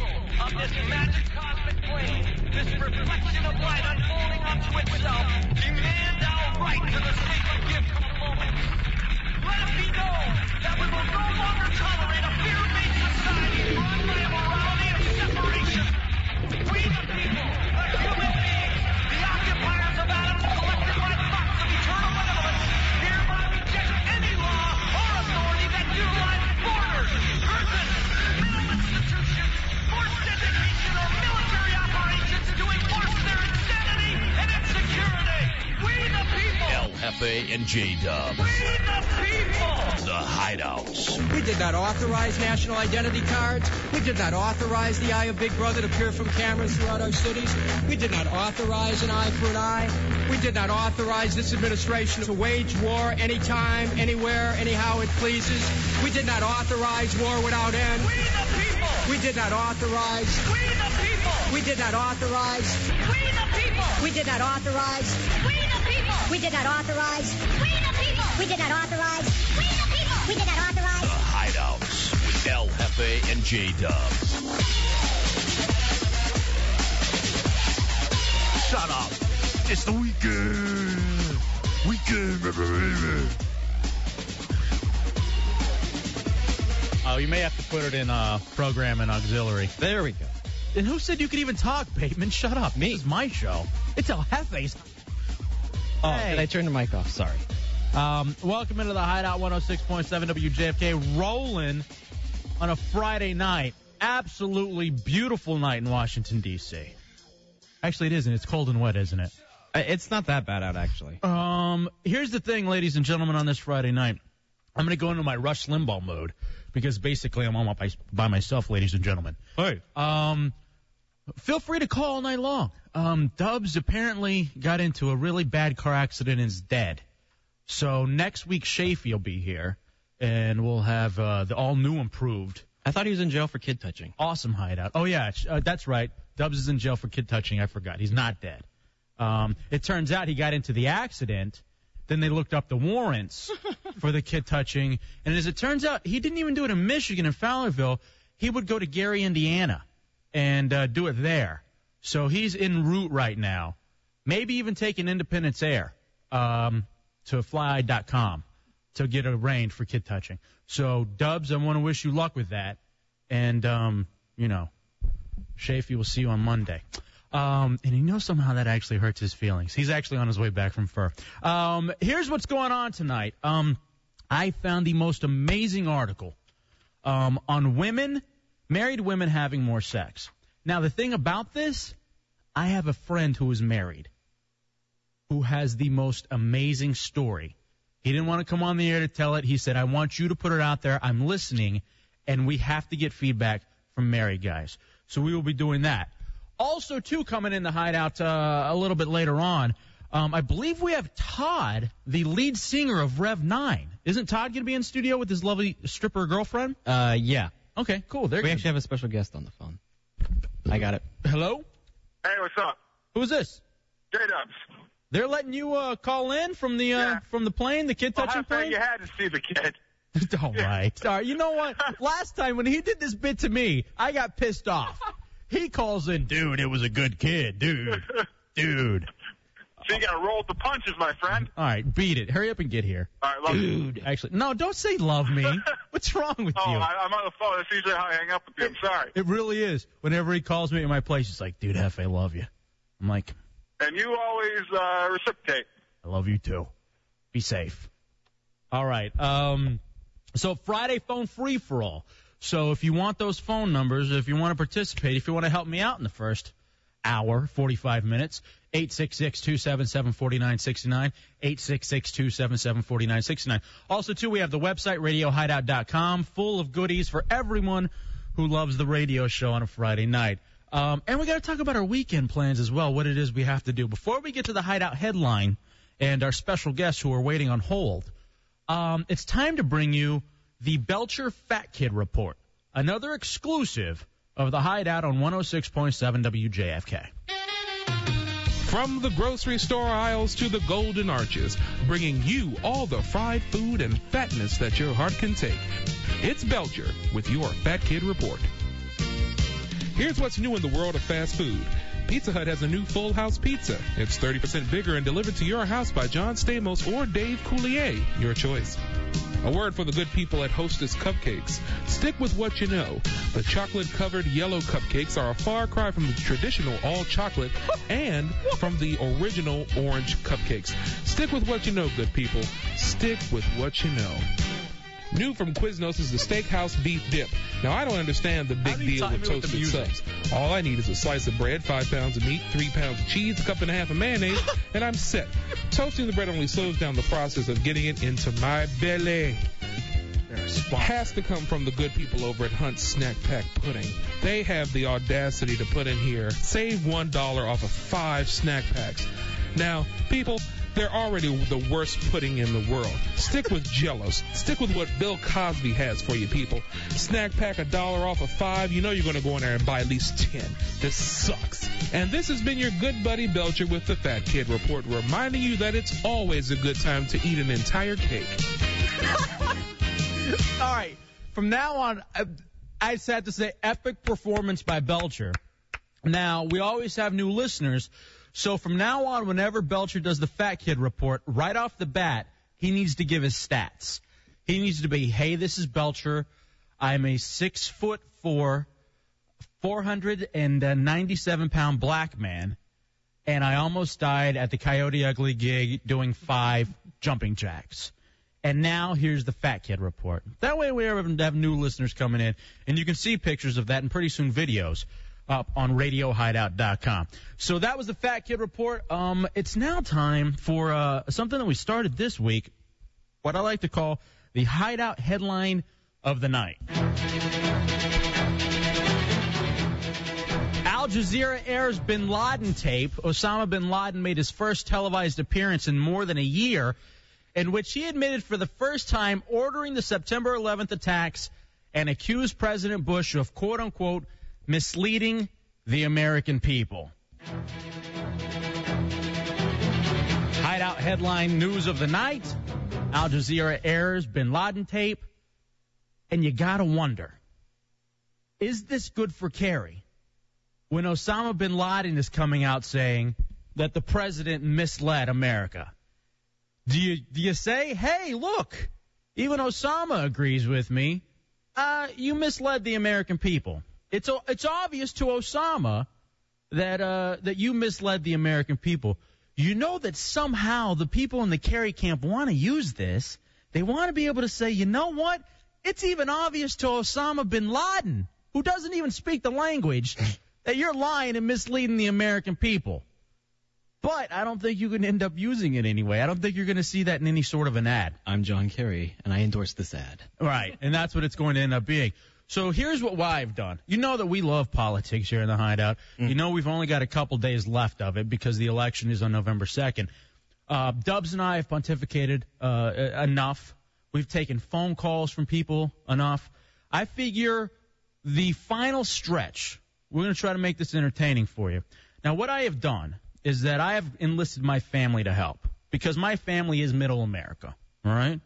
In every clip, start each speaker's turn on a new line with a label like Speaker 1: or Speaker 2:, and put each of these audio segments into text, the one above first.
Speaker 1: this magic cosmic plane, this reflection of light unfolding unto itself, demands our right to the sacred gift of moments. Let it be known that we will no longer tolerate a fear-based society run by a morality of separation. We the people, the human beings, the occupiers of atoms selected by thoughts of eternal benevolence, hereby reject any law or authority that utilizes borders, persons, mental institutions, forced education, or military operations to enforce their insanity and insecurity. We the people!
Speaker 2: LFA and J Dub.
Speaker 1: We the people!
Speaker 2: The Hideouts.
Speaker 3: We did not authorize national identity cards. We did not authorize the eye of Big Brother to peer from cameras throughout our cities. We did not authorize an eye for an eye. We did not authorize this administration to wage war anytime, anywhere, anyhow it pleases. We did not authorize war without end.
Speaker 1: We the people!
Speaker 3: We did not authorize.
Speaker 1: We the people!
Speaker 3: We did not authorize.
Speaker 1: We the people!
Speaker 4: We did not authorize.
Speaker 5: We the people!
Speaker 4: We did not authorize.
Speaker 5: We the people!
Speaker 4: We did not authorize.
Speaker 5: We the people!
Speaker 4: We did not
Speaker 2: The
Speaker 4: authorize.
Speaker 2: Hideouts. With LFA and J Dub. Shut up. It's the weekend. Weekend.
Speaker 6: Oh, you may have to put it in uh, program and auxiliary.
Speaker 7: There we go.
Speaker 6: And who said you could even talk, Bateman? Shut up. Me. This is my show. It's El Jefe's.
Speaker 7: Oh,
Speaker 6: Hey.
Speaker 7: did I turn the mic off? Sorry.
Speaker 6: Um, welcome into the Hideout 106.7 WJFK. Rolling on a Friday night. Absolutely beautiful night in Washington, D.C. Actually, it isn't. It's cold and wet, isn't it?
Speaker 7: I- It's not that bad out, actually.
Speaker 6: Um, here's the thing, ladies and gentlemen, on this Friday night. I'm going to go into my Rush Limbaugh mode because basically I'm all by, by myself, ladies and gentlemen.
Speaker 7: Hey.
Speaker 6: Um, feel free to call all night long. Um, Dubs apparently got into a really bad car accident and is dead. So next week, Shafee will be here, and we'll have uh, the all new improved
Speaker 7: I thought he was in jail for kid touching.
Speaker 6: awesome hideout. Oh yeah, sh- uh, that's right. Dubs is in jail for kid touching. I forgot. He's not dead. Um, it turns out he got into the accident. Then they looked up the warrants for the kid touching, and as it turns out, he didn't even do it in Michigan in Fowlerville. He would go to Gary, Indiana, and uh, do it there. So he's en route right now. Maybe even taking Independence Air um, to fly.com to get arraigned for kid touching. So Dubs, I want to wish you luck with that. And, um, you know, Shafee will see you on Monday. Um, and you know somehow that actually hurts his feelings. He's actually on his way back from fur. Um, here's what's going on tonight. Um, I found the most amazing article um, on women, married women having more sex. Now the thing about this, I have a friend who is married, who has the most amazing story. He didn't want to come on the air to tell it. He said, I want you to put it out there. I'm listening, and we have to get feedback from married guys. So we will be doing that. Also, too, coming in the hideout uh, a little bit later on, um, I believe we have Todd, the lead singer of Rev 9. Isn't Todd going to be in studio with his lovely stripper girlfriend?
Speaker 7: Uh, yeah.
Speaker 6: Okay, cool. There
Speaker 7: We
Speaker 6: you
Speaker 7: actually have a special guest on the phone. I got it.
Speaker 6: Hello?
Speaker 8: Hey, what's up?
Speaker 6: Who's this?
Speaker 8: J Dubs.
Speaker 6: They're letting you uh, call in from the uh,
Speaker 8: Yeah.
Speaker 6: from the plane, the kid
Speaker 8: Well,
Speaker 6: touching
Speaker 8: how fair
Speaker 6: plane.
Speaker 8: you had to see the kid.
Speaker 6: All right. All right. You know what? Last time when he did this bit to me, I got pissed off. He calls in, dude, it was a good kid, dude. Dude.
Speaker 8: So you got to roll with the punches, my friend.
Speaker 6: All right, beat it. Hurry up and get here.
Speaker 8: All right, love you.
Speaker 6: Dude. Actually, no, don't say love me. What's wrong with
Speaker 8: Oh,
Speaker 6: you?
Speaker 8: I, I'm on the phone. That's usually how I hang up with you. I'm sorry.
Speaker 6: It really is. Whenever he calls me at my place, he's like, dude, F, I love you. I'm like,
Speaker 8: And you always uh, reciprocate.
Speaker 6: I love you too. Be safe. All right. Um, so Friday phone free for all. So if you want those phone numbers, if you want to participate, if you want to help me out in the first hour, 45 minutes, 866-277-4969, 866-277-4969. Also, too, we have the website, radiohideout.com, full of goodies for everyone who loves the radio show on a Friday night. Um, and we got to talk about our weekend plans as well, what it is we have to do. Before we get to the hideout headline and our special guests who are waiting on hold, um, it's time to bring you the Belcher Fat Kid Report, another exclusive of the Hideout on 106.7 WJFK.
Speaker 9: From the grocery store aisles to the golden arches, bringing you all the fried food and fatness that your heart can take. It's Belcher with your Fat Kid Report. Here's what's new in the world of fast food. Pizza Hut has a new full house pizza. It's 30% bigger and delivered to your house by John Stamos or Dave Coulier, your choice. A word for the good people at Hostess Cupcakes. Stick with what you know. The chocolate covered yellow cupcakes are a far cry from the traditional all chocolate and from the original orange cupcakes. Stick with what you know, good people. Stick with what you know. New from Quiznos is the Steakhouse Beef Dip. Now, I don't understand the big
Speaker 2: do you
Speaker 9: deal
Speaker 2: time
Speaker 9: with
Speaker 2: me with the
Speaker 9: toasted
Speaker 2: music?
Speaker 9: subs. All I need is a slice of bread, five pounds of meat, three pounds of cheese, a cup and a half of mayonnaise, and I'm set. Toasting the bread only slows down the process of getting it into my belly has to come from the good people over at Hunt's Snack Pack Pudding. They have the audacity to put in here, save $1 off of five snack packs. Now, people, they're already the worst pudding in the world. Stick with Jellos. Stick with what Bill Cosby has for you people. Snack pack a dollar off of five. You know you're going to go in there and buy at least ten. This sucks. And this has been your good buddy Belcher with the Fat Kid Report, reminding you that it's always a good time to eat an entire cake.
Speaker 6: All right. From now on, I, I just have to say epic performance by Belcher. Now, we always have new listeners. So from now on, whenever Belcher does the Fat Kid report, right off the bat, he needs to give his stats. He needs to be, hey, this is Belcher. I'm a six foot four, 497 pound black man, and I almost died at the Coyote Ugly gig doing five jumping jacks. And now here's the Fat Kid report. That way we have have new listeners coming in, and you can see pictures of that and pretty soon videos up on RadioHideout.com. So that was the Fat Kid report. Um, it's now time for uh, something that we started this week, what I like to call the Hideout headline of the night. Al Jazeera airs bin Laden tape. Osama bin Laden made his first televised appearance in more than a year, in which he admitted for the first time ordering the September 11th attacks and accused President Bush of quote unquote misleading the American people. Hideout headline news of the night Al Jazeera airs bin Laden tape. And you gotta wonder is this good for Kerry? when Osama bin Laden is coming out saying that the president misled America? Do you do you say, "Hey, look, even Osama agrees with me. Uh, you misled the American people." It's o- it's obvious to Osama that uh that you misled the American people. You know that somehow the people in the Kerry camp want to use this. They want to be able to say, "You know what? It's even obvious to Osama bin Laden, who doesn't even speak the language, that you're lying and misleading the American people. But I don't think you can end up using it anyway. I don't think you're going to see that in any sort of an ad.
Speaker 7: I'm John Kerry, and I endorse this ad.
Speaker 6: Right. And that's what it's going to end up being. So here's what I've done. You know that we love politics here in the hideout. You know we've only got a couple days left of it because the election is on November 2nd. Uh, Dubs and I have pontificated uh, e- enough. We've taken phone calls from people enough. I figure the final stretch, we're going to try to make this entertaining for you. Now, what I have done is that I have enlisted my family to help because my family is middle America. All right?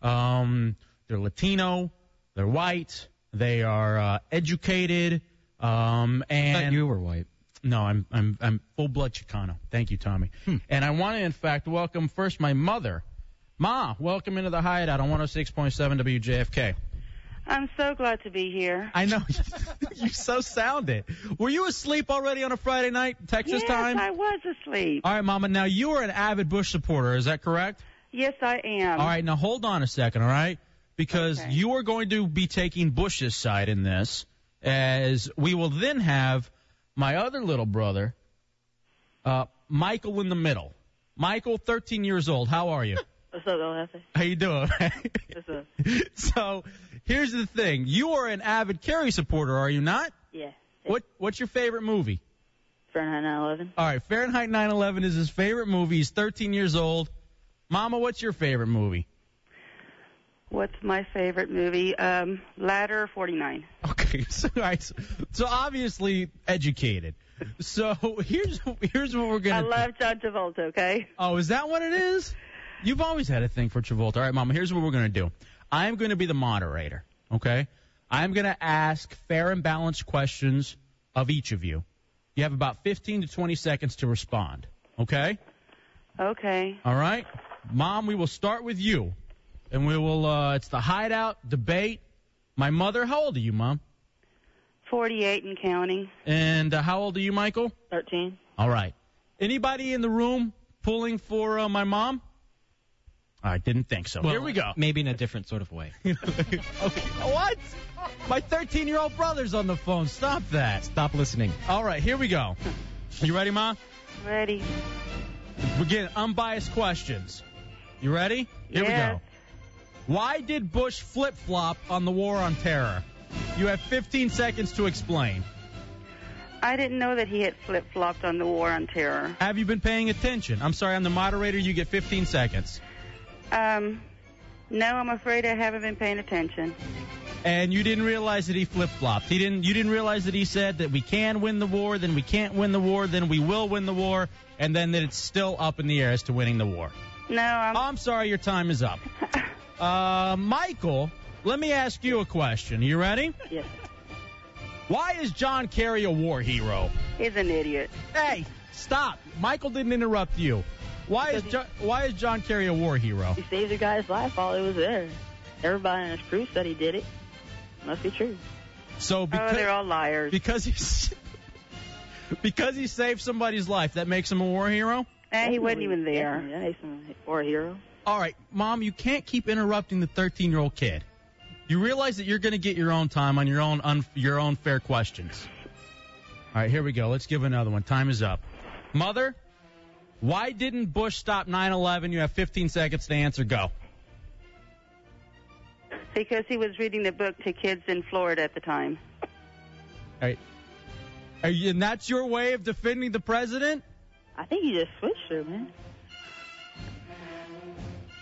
Speaker 6: Um, they're Latino, they're white, they are uh, educated, um,
Speaker 7: I thought
Speaker 6: and
Speaker 7: you were white.
Speaker 6: no, I'm I'm I'm full blood Chicano. Thank you, Tommy. And I want to, in fact, welcome first my mother, Ma. Welcome into the hideout on 106.7 WJFK.
Speaker 10: I'm so glad to be here.
Speaker 6: I know you so sound it. Were you asleep already on a Friday night, Texas
Speaker 10: yes,
Speaker 6: time?
Speaker 10: I was asleep.
Speaker 6: All right, Mama. Now you are an avid Bush supporter. Is that correct?
Speaker 10: yes, I am.
Speaker 6: All right, now hold on a second, all right? Because
Speaker 10: Okay.
Speaker 6: you are going to be taking Bush's side in this, as we will then have my other little brother, uh, Michael, in the middle. Michael, 13 years old. How are you?
Speaker 10: What's up, Olafy?
Speaker 6: How you doing?
Speaker 10: What's
Speaker 11: Uh-huh.
Speaker 10: up?
Speaker 6: so here's the thing: you are an avid Kerry supporter, are you not?
Speaker 10: Yeah.
Speaker 6: What What's your favorite movie?
Speaker 10: Fahrenheit 911.
Speaker 6: All right, Fahrenheit 9/11 is his favorite movie. He's 13 years old. Mama, what's your favorite movie?
Speaker 10: What's my favorite movie? Um, Ladder 49.
Speaker 6: Okay, so all right, so, so obviously educated. So here's here's what we're
Speaker 10: I
Speaker 6: gonna.
Speaker 10: love John Travolta, okay?
Speaker 6: oh, is that what it is? You've always had a thing for Travolta. All right, Mama. Here's what we're gonna do. I'm gonna be the moderator. Okay. I'm gonna ask fair and balanced questions of each of you. You have about 15 to 20 seconds to respond. Okay?
Speaker 10: Okay.
Speaker 6: All right? Mom, we will start with you. And we will, uh, it's the hideout debate. My mother, how old are you, Mom?
Speaker 10: 48 and counting.
Speaker 6: And uh, how old are you, Michael?
Speaker 10: 13.
Speaker 6: All right. Anybody in the room pulling for uh, my mom? I didn't think so. Here we go.
Speaker 7: Maybe in a different sort of way.
Speaker 6: Okay. What? My 13 year old brother's on the phone. Stop that.
Speaker 7: Stop listening.
Speaker 6: All right, here we go. You ready, Mom?
Speaker 10: Ready.
Speaker 6: Begin unbiased questions. You ready? Here
Speaker 10: Yes.
Speaker 6: we go. Why did Bush flip flop on the war on terror? You have 15 seconds to explain.
Speaker 10: I didn't know that he had flip flopped on the war on terror.
Speaker 6: Have you been paying attention? I'm sorry, I'm the moderator. You get 15 seconds.
Speaker 10: Um, no, I'm afraid I haven't been paying attention.
Speaker 6: And you didn't realize that he flip flopped. He didn't. You didn't realize that he said that we can win the war, then we can't win the war, then we will win the war, and then that it's still up in the air as to winning the war.
Speaker 10: No, I'm.
Speaker 6: I'm sorry, your time is up. Uh, Michael, let me ask you a question. You ready?
Speaker 10: Yes.
Speaker 6: Why is John Kerry a war hero?
Speaker 10: He's an idiot.
Speaker 6: Hey, stop! Michael didn't interrupt you. Why is jo- Why is John Kerry a war hero?
Speaker 11: He saved a guy's life while he was there. Everybody in his crew said he did it. Must be true.
Speaker 6: So
Speaker 10: Oh, they're
Speaker 6: because
Speaker 10: all liars.
Speaker 6: because he's because he saved somebody's life, that makes him a war hero.
Speaker 10: And Eh, he wasn't even there.
Speaker 11: Yeah, he's some or a hero.
Speaker 6: All right, mom, you can't keep interrupting the 13 year old kid. You realize that you're going to get your own time on your own un- your own fair questions. All right, here we go. Let's give another one. Time is up. Mother, why didn't Bush stop 9/11? You have 15 seconds to answer. Go.
Speaker 10: Because he was reading the book to kids in Florida at the time.
Speaker 6: All right. Are you, and that's your way of defending the president?
Speaker 11: I think he just switched her, man.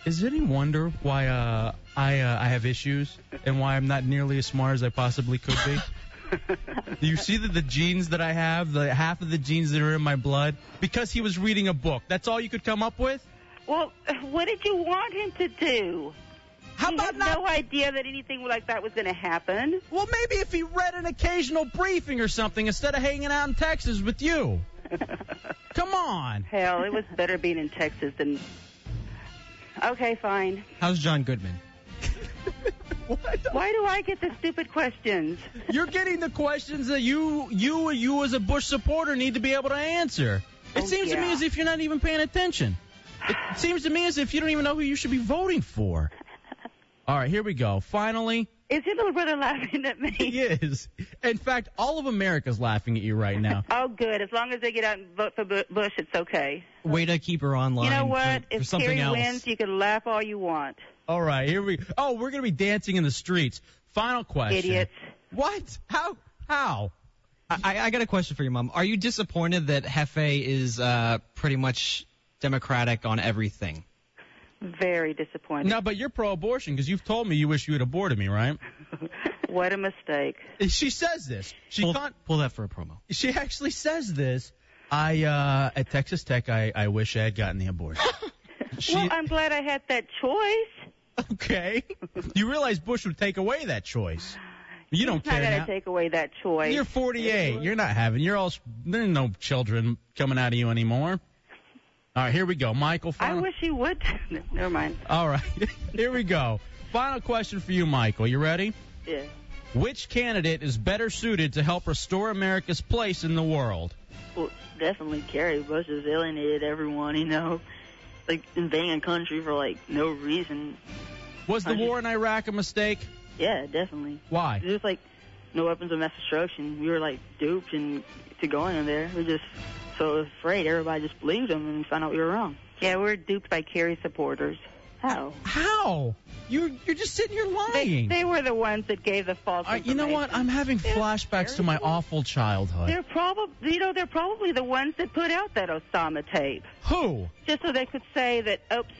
Speaker 6: Is it any wonder why uh, I uh, I have issues and why I'm not nearly as smart as I possibly could be? Do you see that the genes that I have, the half of the genes that are in my blood, because he was reading a book. That's all you could come up with.
Speaker 10: Well, what did you want him to do?
Speaker 6: How
Speaker 10: he
Speaker 6: about
Speaker 10: had
Speaker 6: not?
Speaker 10: no idea that anything like that was going to happen.
Speaker 6: well, maybe if he read an occasional briefing or something instead of hanging out in Texas with you. Come on.
Speaker 10: Hell, it was better being in Texas than. Okay, fine.
Speaker 7: How's John Goodman?
Speaker 10: Why do I get the stupid questions?
Speaker 6: You're getting the questions that you you you as a Bush supporter need to be able to answer. It
Speaker 10: Oh,
Speaker 6: seems to me
Speaker 10: yeah.
Speaker 6: as if you're not even paying attention. It seems to me as if you don't even know who you should be voting for. All right, here we go. Finally,
Speaker 10: Is your little brother laughing at me?
Speaker 6: he is. In fact, all of America's laughing at you right now.
Speaker 10: Oh, good. As long as they get out and vote for Bu- Bush, it's okay.
Speaker 7: Way to keep her online.
Speaker 10: you know what?
Speaker 7: For, for
Speaker 10: if
Speaker 7: something
Speaker 10: Kerry
Speaker 7: else.
Speaker 10: wins, you can laugh all you want.
Speaker 6: All right, here we. Oh, we're gonna be dancing in the streets. Final question.
Speaker 10: Idiots.
Speaker 6: What? How? How?
Speaker 7: I, I- I got a question for you, Mom. Are you disappointed that Hefe is uh, pretty much democratic on everything?
Speaker 10: Very disappointed.
Speaker 6: No, but you're pro-abortion because you've told me you wish you had aborted me, right?
Speaker 10: What a mistake.
Speaker 6: She says this. She
Speaker 7: Pull,
Speaker 6: can't.
Speaker 7: pull that for a promo.
Speaker 6: she actually says this. I uh at Texas Tech I, I wish I had gotten the abortion. She,
Speaker 10: Well, I'm glad I had that choice.
Speaker 6: okay. You realize Bush would take away that choice. You don't
Speaker 10: It's not
Speaker 6: care
Speaker 10: going
Speaker 6: now.
Speaker 10: to take away that choice.
Speaker 6: You're 48. You're not having. You're all. There are no children coming out of you anymore. All right, here we go, Michael.
Speaker 10: I
Speaker 6: Final,
Speaker 10: wish you would. Never mind.
Speaker 6: All right, here we go. Final question for you, Michael. You ready?
Speaker 11: Yeah.
Speaker 6: Which candidate is better suited to help restore America's place in the world?
Speaker 11: Well, definitely Kerry. Bush has alienated everyone, you know. Like invading a country for like no reason.
Speaker 6: Was the
Speaker 11: I just-
Speaker 6: war in Iraq a mistake?
Speaker 11: Yeah, definitely.
Speaker 6: Why?
Speaker 11: There's like no weapons of mass destruction. We were like duped and to going in there. We were just so afraid. Everybody just believed him and found out we were wrong.
Speaker 10: Yeah, we're duped by Kerry supporters.
Speaker 11: How?
Speaker 6: How? You're you're just sitting here
Speaker 10: They,
Speaker 6: lying.
Speaker 10: they were the ones that gave the false
Speaker 6: All right, you know what?
Speaker 10: information.
Speaker 6: I'm having flashbacks to my awful childhood.
Speaker 10: They're probably, you know, they're probably the ones that put out that Osama tape,
Speaker 6: Who?
Speaker 10: just so they could say that, oops,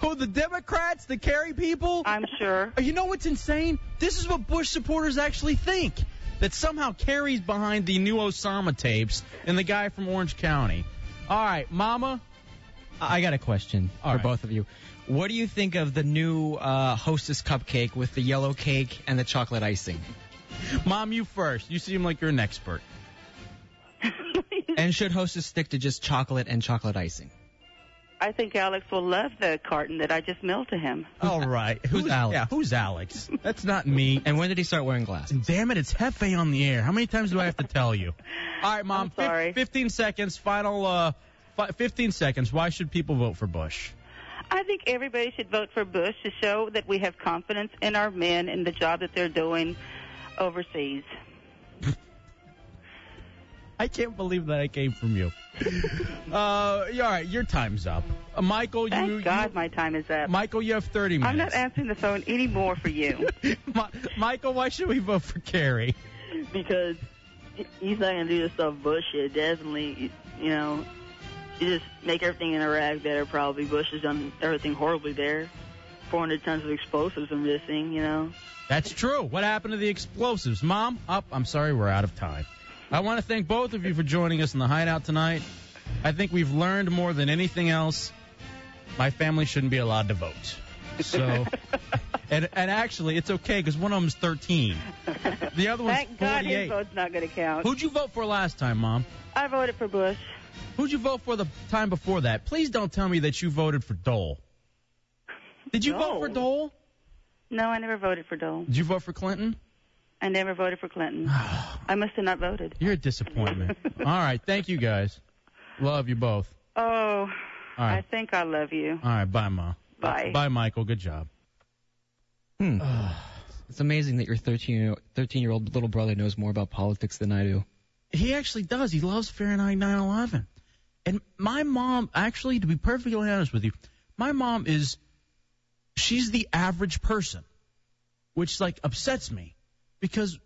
Speaker 6: Who? The Democrats? The Kerry people? Uh,
Speaker 10: I'm sure.
Speaker 6: You know what's insane? This is what Bush supporters actually think. That somehow Kerry's behind the new Osama tapes and the guy from Orange County. All right, Mama.
Speaker 7: I I got a question
Speaker 6: All
Speaker 7: for
Speaker 6: right.
Speaker 7: both of you. What do you think of the new uh, Hostess cupcake with the yellow cake and the chocolate icing?
Speaker 6: Mom, you first. You seem like you're an expert.
Speaker 7: and should hostess stick to just chocolate and chocolate icing?
Speaker 10: I think Alex will love the carton that I just mailed to him.
Speaker 6: All right. Who's, Alex? Yeah, who's Alex? That's not me.
Speaker 7: And when did he start wearing glasses?
Speaker 6: And damn it, it's Hefe on the air. How many times do I have to tell you? All right, Mom. fif-
Speaker 10: sorry.
Speaker 6: 15 seconds. Final uh, fi- 15 seconds. Why should people vote for Bush?
Speaker 10: I think everybody should vote for Bush to show that we have confidence in our men and the job that they're doing overseas.
Speaker 6: I can't believe that I came from you. uh, yeah, all right, your time's up. Uh, Michael,
Speaker 10: Thank
Speaker 6: you,
Speaker 10: God my time is
Speaker 6: you-
Speaker 10: up.
Speaker 6: Michael, you have 30
Speaker 10: I'm not
Speaker 6: minutes.
Speaker 10: answering the phone anymore for you.
Speaker 6: Mi- Michael, why should we vote for Carrie?
Speaker 11: because he- he's not gonna do this stuff bullshit. Definitely, you know, you just make everything in Iraq better. Probably Bush has done everything horribly there. 400 tons of explosives are missing. You know,
Speaker 6: That's true. What happened to the explosives? Mom, up. I'm sorry, we're out of time. I want to thank both of you for joining us in the hideout tonight. I think we've learned more than anything else. My family shouldn't be allowed to vote. So, and and actually, it's okay because one of them's 13. The other one's
Speaker 10: Thank God his
Speaker 6: 48.
Speaker 10: vote's not going to count.
Speaker 6: Who'd you vote for last time, Mom?
Speaker 10: I voted for Bush.
Speaker 6: Who'd you vote for the time before that? Please don't tell me that you voted for Dole. Did you vote for Dole?
Speaker 10: No, I never voted for Dole.
Speaker 6: Did you vote for Clinton?
Speaker 10: I never voted for Clinton. I must have not voted.
Speaker 6: You're a disappointment. All right, thank you guys. Love you both.
Speaker 10: Oh,
Speaker 6: All
Speaker 10: I
Speaker 6: right,
Speaker 10: think I love you.
Speaker 6: all right. Bye, Ma.
Speaker 10: Bye.
Speaker 6: Bye, Michael. Good job.
Speaker 7: Hmm. it's amazing that your 13 year, 13 year old little brother knows more about politics than I do.
Speaker 6: He actually does. He loves Fahrenheit 9/11. And my mom, actually, to be perfectly honest with you, my mom is, she's the average person, which like upsets me, because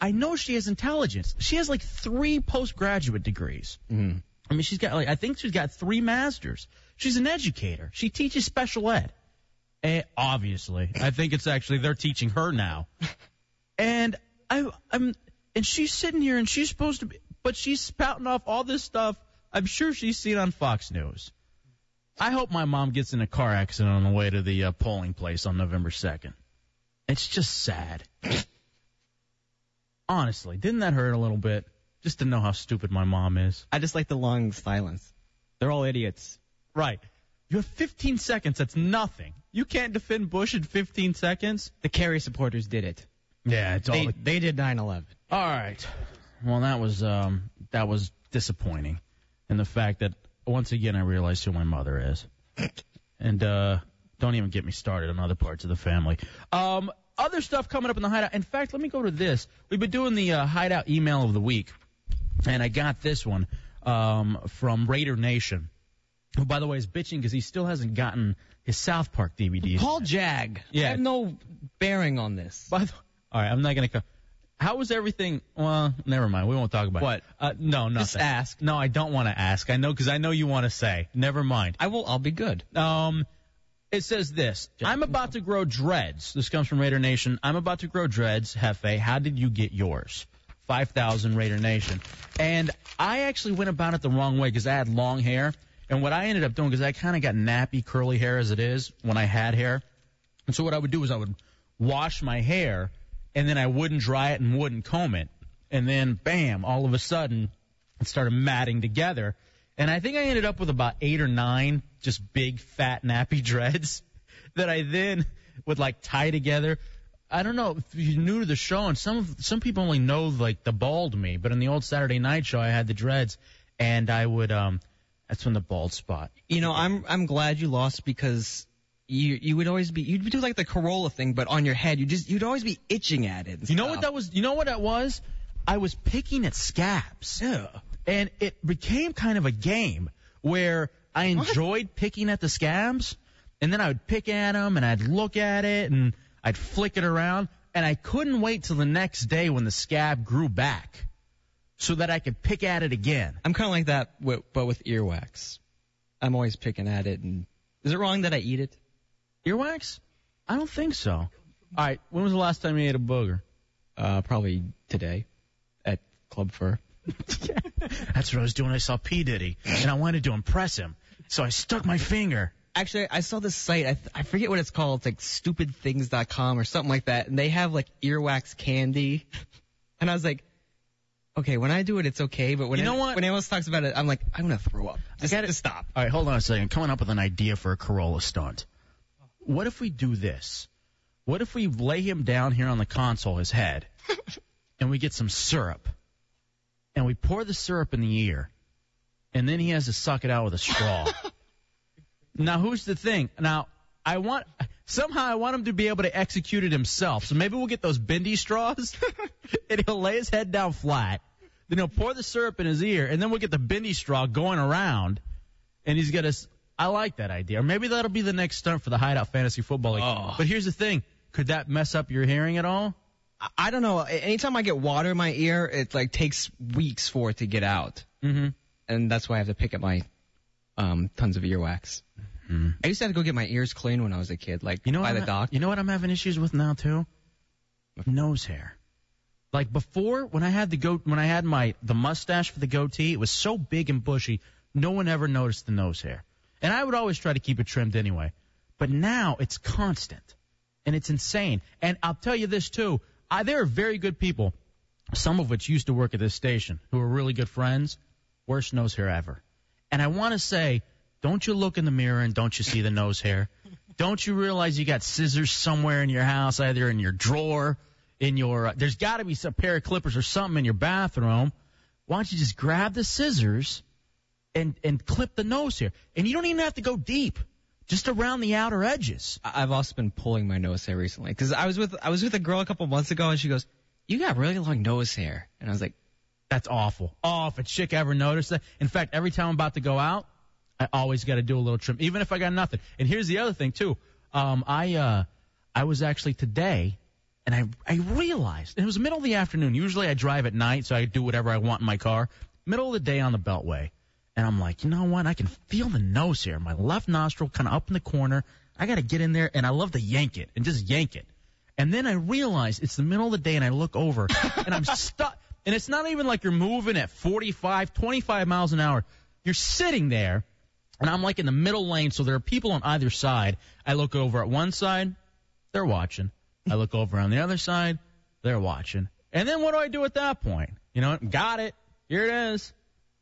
Speaker 6: I know she has intelligence. She has like three postgraduate degrees.
Speaker 7: Mm.
Speaker 6: I mean, she's got like I think she's got three masters. She's an educator. She teaches special ed. Eh, obviously, I think it's actually they're teaching her now. And I, I'm and she's sitting here and she's supposed to be, but she's spouting off all this stuff. I'm sure she's seen on Fox News. I hope my mom gets in a car accident on the way to the uh, polling place on November 2nd. It's just sad. Honestly, didn't that hurt a little bit just to know how stupid my mom is?
Speaker 7: I just like the long silence. They're all idiots.
Speaker 6: Right. You have 15 seconds. That's nothing. You can't defend Bush in 15 seconds.
Speaker 7: The Kerry supporters did it.
Speaker 6: Yeah, it's
Speaker 7: They, they did 9 11.
Speaker 6: All right. Well, that was um that was disappointing, and the fact that once again I realized who my mother is, and uh don't even get me started on other parts of the family. Um, other stuff coming up in the hideout. In fact, let me go to this. We've been doing the uh, hideout email of the week, and I got this one um from Raider Nation, who by the way is bitching because he still hasn't gotten his South Park DVDs.
Speaker 7: Paul Jag.
Speaker 6: Yeah.
Speaker 7: I have no bearing on this.
Speaker 6: By the, all right, I'm not gonna. Co- How was everything? Well, never mind. We won't talk about
Speaker 7: What?
Speaker 6: it. Uh, no, nothing.
Speaker 7: Just ask.
Speaker 6: No, I don't want to ask. I know because I know you want to say. Never mind.
Speaker 7: I will. I'll be good.
Speaker 6: Um, it says this. I'm about to grow dreads. This comes from Raider Nation. I'm about to grow dreads. Hefe, how did you get yours? 5,000 Raider Nation. And I actually went about it the wrong way because I had long hair. And what I ended up doing, because I kind of got nappy curly hair as it is when I had hair. And so what I would do is I would wash my hair and then I wouldn't dry it and wouldn't comb it. And then bam, all of a sudden it started matting together. And I think I ended up with about eight or nine just big fat nappy dreads that I then would like tie together. I don't know if you're new to the show and some of- some people only know like the bald me, but in the old Saturday night show I had the dreads and I would um that's when the bald spot.
Speaker 7: You know, I'm I'm glad you lost because you you would always be you'd do like the Corolla thing, but on your head you just you'd always be itching at it. and
Speaker 6: You know
Speaker 7: stuff.
Speaker 6: what that was? You know what that was? I was picking at scabs. And it became kind of a game where I enjoyed picking at the scabs, and then I would pick at them, and I'd look at it, and I'd flick it around, and I couldn't wait till the next day when the scab grew back, so that I could pick at it again.
Speaker 7: I'm kind of like that, wi- but with earwax. I'm always picking at it, and is it wrong that I eat it?
Speaker 6: Earwax? I don't think so. All right, when was the last time you ate a booger?
Speaker 7: Uh, probably today at Club Fur.
Speaker 6: That's what I was doing. I saw P Diddy, and I wanted to impress him, so I stuck my finger.
Speaker 7: Actually, I saw this site. I, th- I forget what it's called. It's like stupidthings.com or something like that, and they have like earwax candy, and I was like, okay, when I do it, it's okay, but when
Speaker 6: You know
Speaker 7: it-
Speaker 6: what?
Speaker 7: when anyone else talks about it, I'm like, I'm gonna throw up. Just, just stop.
Speaker 6: All right, hold on a second. Coming up with an idea for a Corolla stunt. What if we do this? What if we lay him down here on the console, his head, and we get some syrup, and we pour the syrup in the ear, and then he has to suck it out with a straw. now, who's the thing? Now, I want somehow I want him to be able to execute it himself. So maybe we'll get those bendy straws, and he'll lay his head down flat. Then he'll pour the syrup in his ear, and then we'll get the bendy straw going around and he's got us. I like that idea. Or maybe that'll be the next stunt for the Hideout Fantasy Football League.
Speaker 7: Oh.
Speaker 6: But here's the thing: could that mess up your hearing at all?
Speaker 7: I, I don't know. A- Anytime I get water in my ear, it like takes weeks for it to get out.
Speaker 6: Mm-hmm.
Speaker 7: And that's why I have to pick up my um tons of earwax. I used to have to go get my ears cleaned when I was a kid, like you know by
Speaker 6: what
Speaker 7: the
Speaker 6: I'm-
Speaker 7: doctor.
Speaker 6: Mm-hmm. You know what I'm having issues with now too? Nose hair. Like before, when I had the goat, when I had my the mustache for the goatee, it was so big and bushy, no one ever noticed the nose hair. And I would always try to keep it trimmed anyway. But now it's constant, and it's insane. And I'll tell you this too: I, there are very good people, some of which used to work at this station, who are really good friends. Worst nose hair ever. And I want to say, don't you look in the mirror and don't you see the nose hair? Don't you realize you got scissors somewhere in your house, either in your drawer, in your uh, there's got to be some pair of clippers or something in your bathroom. Why don't you just grab the scissors and and clip the nose hair? And you don't even have to go deep, just around the outer edges.
Speaker 7: I- I've also been pulling my nose hair recently because I was with I was with a girl a couple months ago and she goes, "You got really long nose hair," and I was like,
Speaker 6: "That's awful." Oh, if a chick ever noticed that. In fact, every time I'm about to go out, I always got to do a little trim, even if I got nothing. And here's the other thing too. Um, I uh, I was actually today, and I I realized and it was middle of the afternoon. Usually I drive at night, so I do whatever I want in my car. Middle of the day on the Beltway, and I'm like, you know what? I can feel the nose here, my left nostril kind of up in the corner. I got to get in there, and I love to yank it and just yank it. And then I realize it's the middle of the day and I look over and I'm stuck. And it's not even like you're moving at 45, 25 miles an hour. You're sitting there and I'm like in the middle lane. So there are people on either side. I look over at one side, they're watching. I look over on the other side, they're watching. And then what do I do at that point? You know, what? got it. Here it is.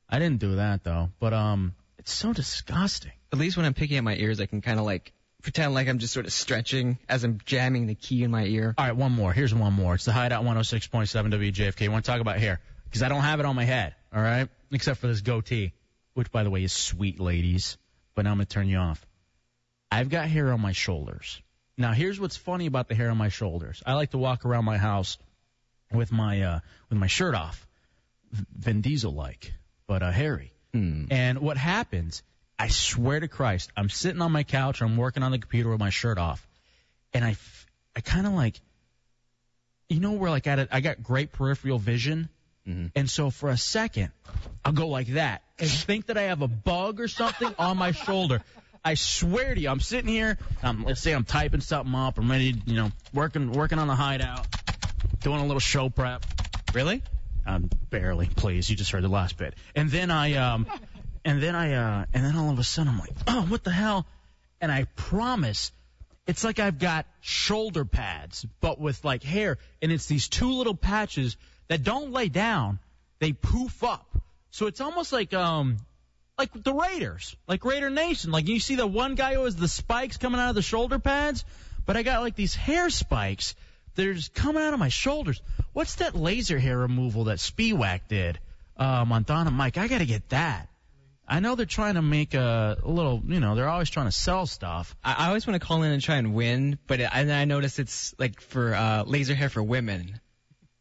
Speaker 6: I didn't do that though, but um, it's so disgusting.
Speaker 7: At least when I'm picking at my ears, I can kind of like pretend like I'm just sort of stretching as I'm jamming the key in my ear.
Speaker 6: All right, one more. Here's one oh more. It's the Hideout 106.7 WJFK. I want to talk about hair because I don't have it on my head. All right, except for this goatee, which by the way is sweet, ladies. But now I'm gonna turn you off. I've got hair on my shoulders. Now here's what's funny about the hair on my shoulders. I like to walk around my house with my uh, with my shirt off, V- Vin Diesel like, but uh, hairy. And what happens? I swear to Christ, I'm sitting on my couch, I'm working on the computer with my shirt off, and I, f- I kind of like, you know, where like I, had a, I got great peripheral vision, and so for a second, I'll go like that and think that I have a bug or something on my shoulder. I swear to you, I'm sitting here. I'm, let's say I'm typing something up. I'm ready, to, you know, working working on the hideout, doing a little show prep. Really? Um, barely. Please, you just heard the last bit. And then I um, and then I uh, and then all of a sudden I'm like, oh, what the hell? And I promise, it's like I've got shoulder pads, but with like hair, and it's these two little patches that don't lay down. They poof up. So it's almost like um, like the Raiders, like Raider Nation. Like you see the one guy who has the spikes coming out of the shoulder pads, but I got like these hair spikes that are just coming out of my shoulders. What's that laser hair removal that Spiewak did um, on Donna Mike? I got to get that. I know they're trying to make a, a little, you know, they're always trying to sell stuff.
Speaker 7: I, I always want to call in and try and win, but it, and I notice it's like for uh, laser hair for women,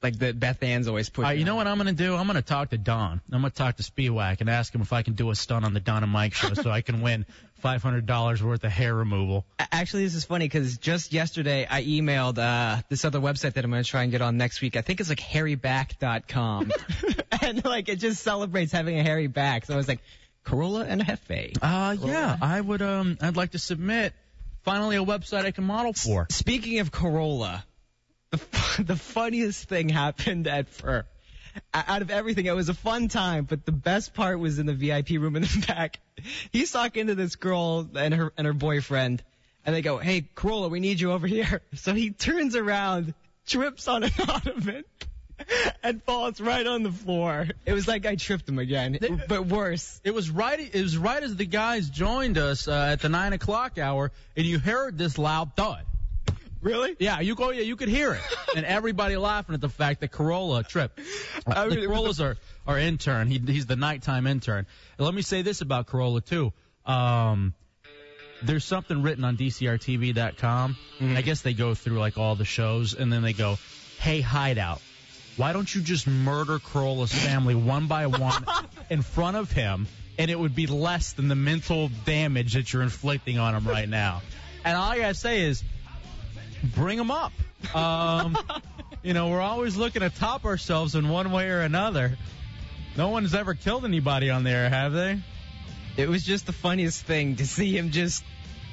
Speaker 7: like that Beth Ann's always
Speaker 6: All
Speaker 7: pushing.
Speaker 6: right, you know what I'm going to do? I'm going to talk to Don. I'm going to talk to Spiewak and ask him if I can do a stunt on the Don and Mike show so I can win $500 worth of hair removal.
Speaker 7: A- Actually, this is funny because just yesterday I emailed uh, this other website that I'm going to try and get on next week. I think it's like hairyback.com, and like it just celebrates having a hairy back. So I was like, Corolla and a Hefe.
Speaker 6: Uh, yeah, I would. Um, I'd like to submit finally a website I can model for.
Speaker 7: Speaking of Corolla, the, fu- the funniest thing happened at FER. Out of everything, it was a fun time, but the best part was in the VIP room in the back. He's talking to this girl and her and her boyfriend, and they go, "Hey, Corolla, we need you over here." So he turns around, trips on an ottoman, and falls right on the floor. It was like I tripped him again, but worse.
Speaker 6: It was right. It was right as the guys joined us uh, at the nine o'clock hour, and you heard this loud thud.
Speaker 7: Really?
Speaker 6: Yeah. You go. Yeah. You could hear it, and everybody laughing at the fact that Corolla tripped.
Speaker 7: I mean,
Speaker 6: the
Speaker 7: it was
Speaker 6: Corolla's our our intern. He, he's the nighttime intern. And let me say this about Corolla too. Um, there's something written on DCRTV.com. I guess they go through like all the shows, and then they go, "Hey, hideout." Why don't you just murder Corolla's family one by one in front of him, and it would be less than the mental damage that you're inflicting on him right now? And all I gotta say is, bring them up. Um, you know, we're always looking to top ourselves in one way or another. No one's ever killed anybody on there, have they?
Speaker 7: It was just the funniest thing to see him just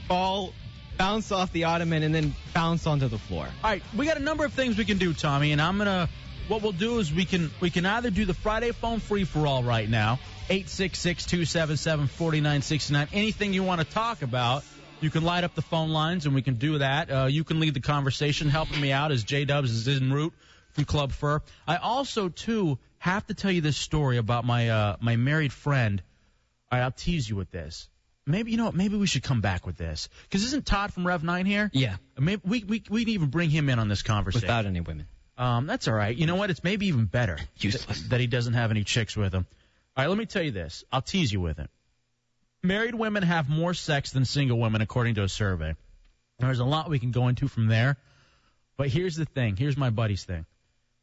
Speaker 7: fall, bounce off the ottoman, and then bounce onto the floor.
Speaker 6: All right, we got a number of things we can do, Tommy, and I'm gonna. What we'll do is we can we can either do the Friday phone free for all right now, eight six six two seven seven forty nine sixty nine. Anything you want to talk about, you can light up the phone lines and we can do that. Uh, you can lead the conversation. Helping me out is J Dubs is en route from Club Fur. I also too have to tell you this story about my uh, my married friend. All right, I'll tease you with this. Maybe you know what? Maybe we should come back with this because isn't Todd from Rev Nine here?
Speaker 7: Yeah.
Speaker 6: Maybe we we we can even bring him in on this conversation.
Speaker 7: Without any women.
Speaker 6: Um, that's all right. You know what? It's maybe even better Useless. that he doesn't have any chicks with him. All right, let me tell you this. I'll tease you with it. Married women have more sex than single women, according to a survey. There's a lot we can go into from there. But here's the thing. Here's my buddy's thing.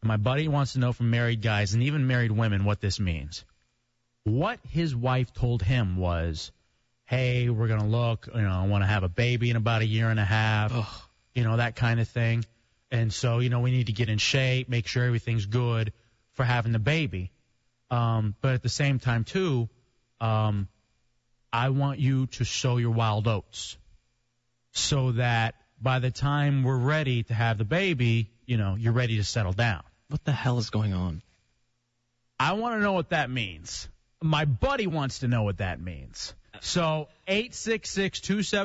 Speaker 6: And my buddy wants to know from married guys and even married women what this means. What his wife told him was, hey, we're going to look, you know, I want to have a baby in about a year and a half, you know, that kind of thing. And so, you know, we need to get in shape, make sure everything's good for having the baby. Um, but at the same time, too, um, I want you to sow your wild oats so that by the time we're ready to have the baby, you know, you're ready to settle down.
Speaker 7: What the hell is going on?
Speaker 6: I want to know what that means. My buddy wants to know what that means. So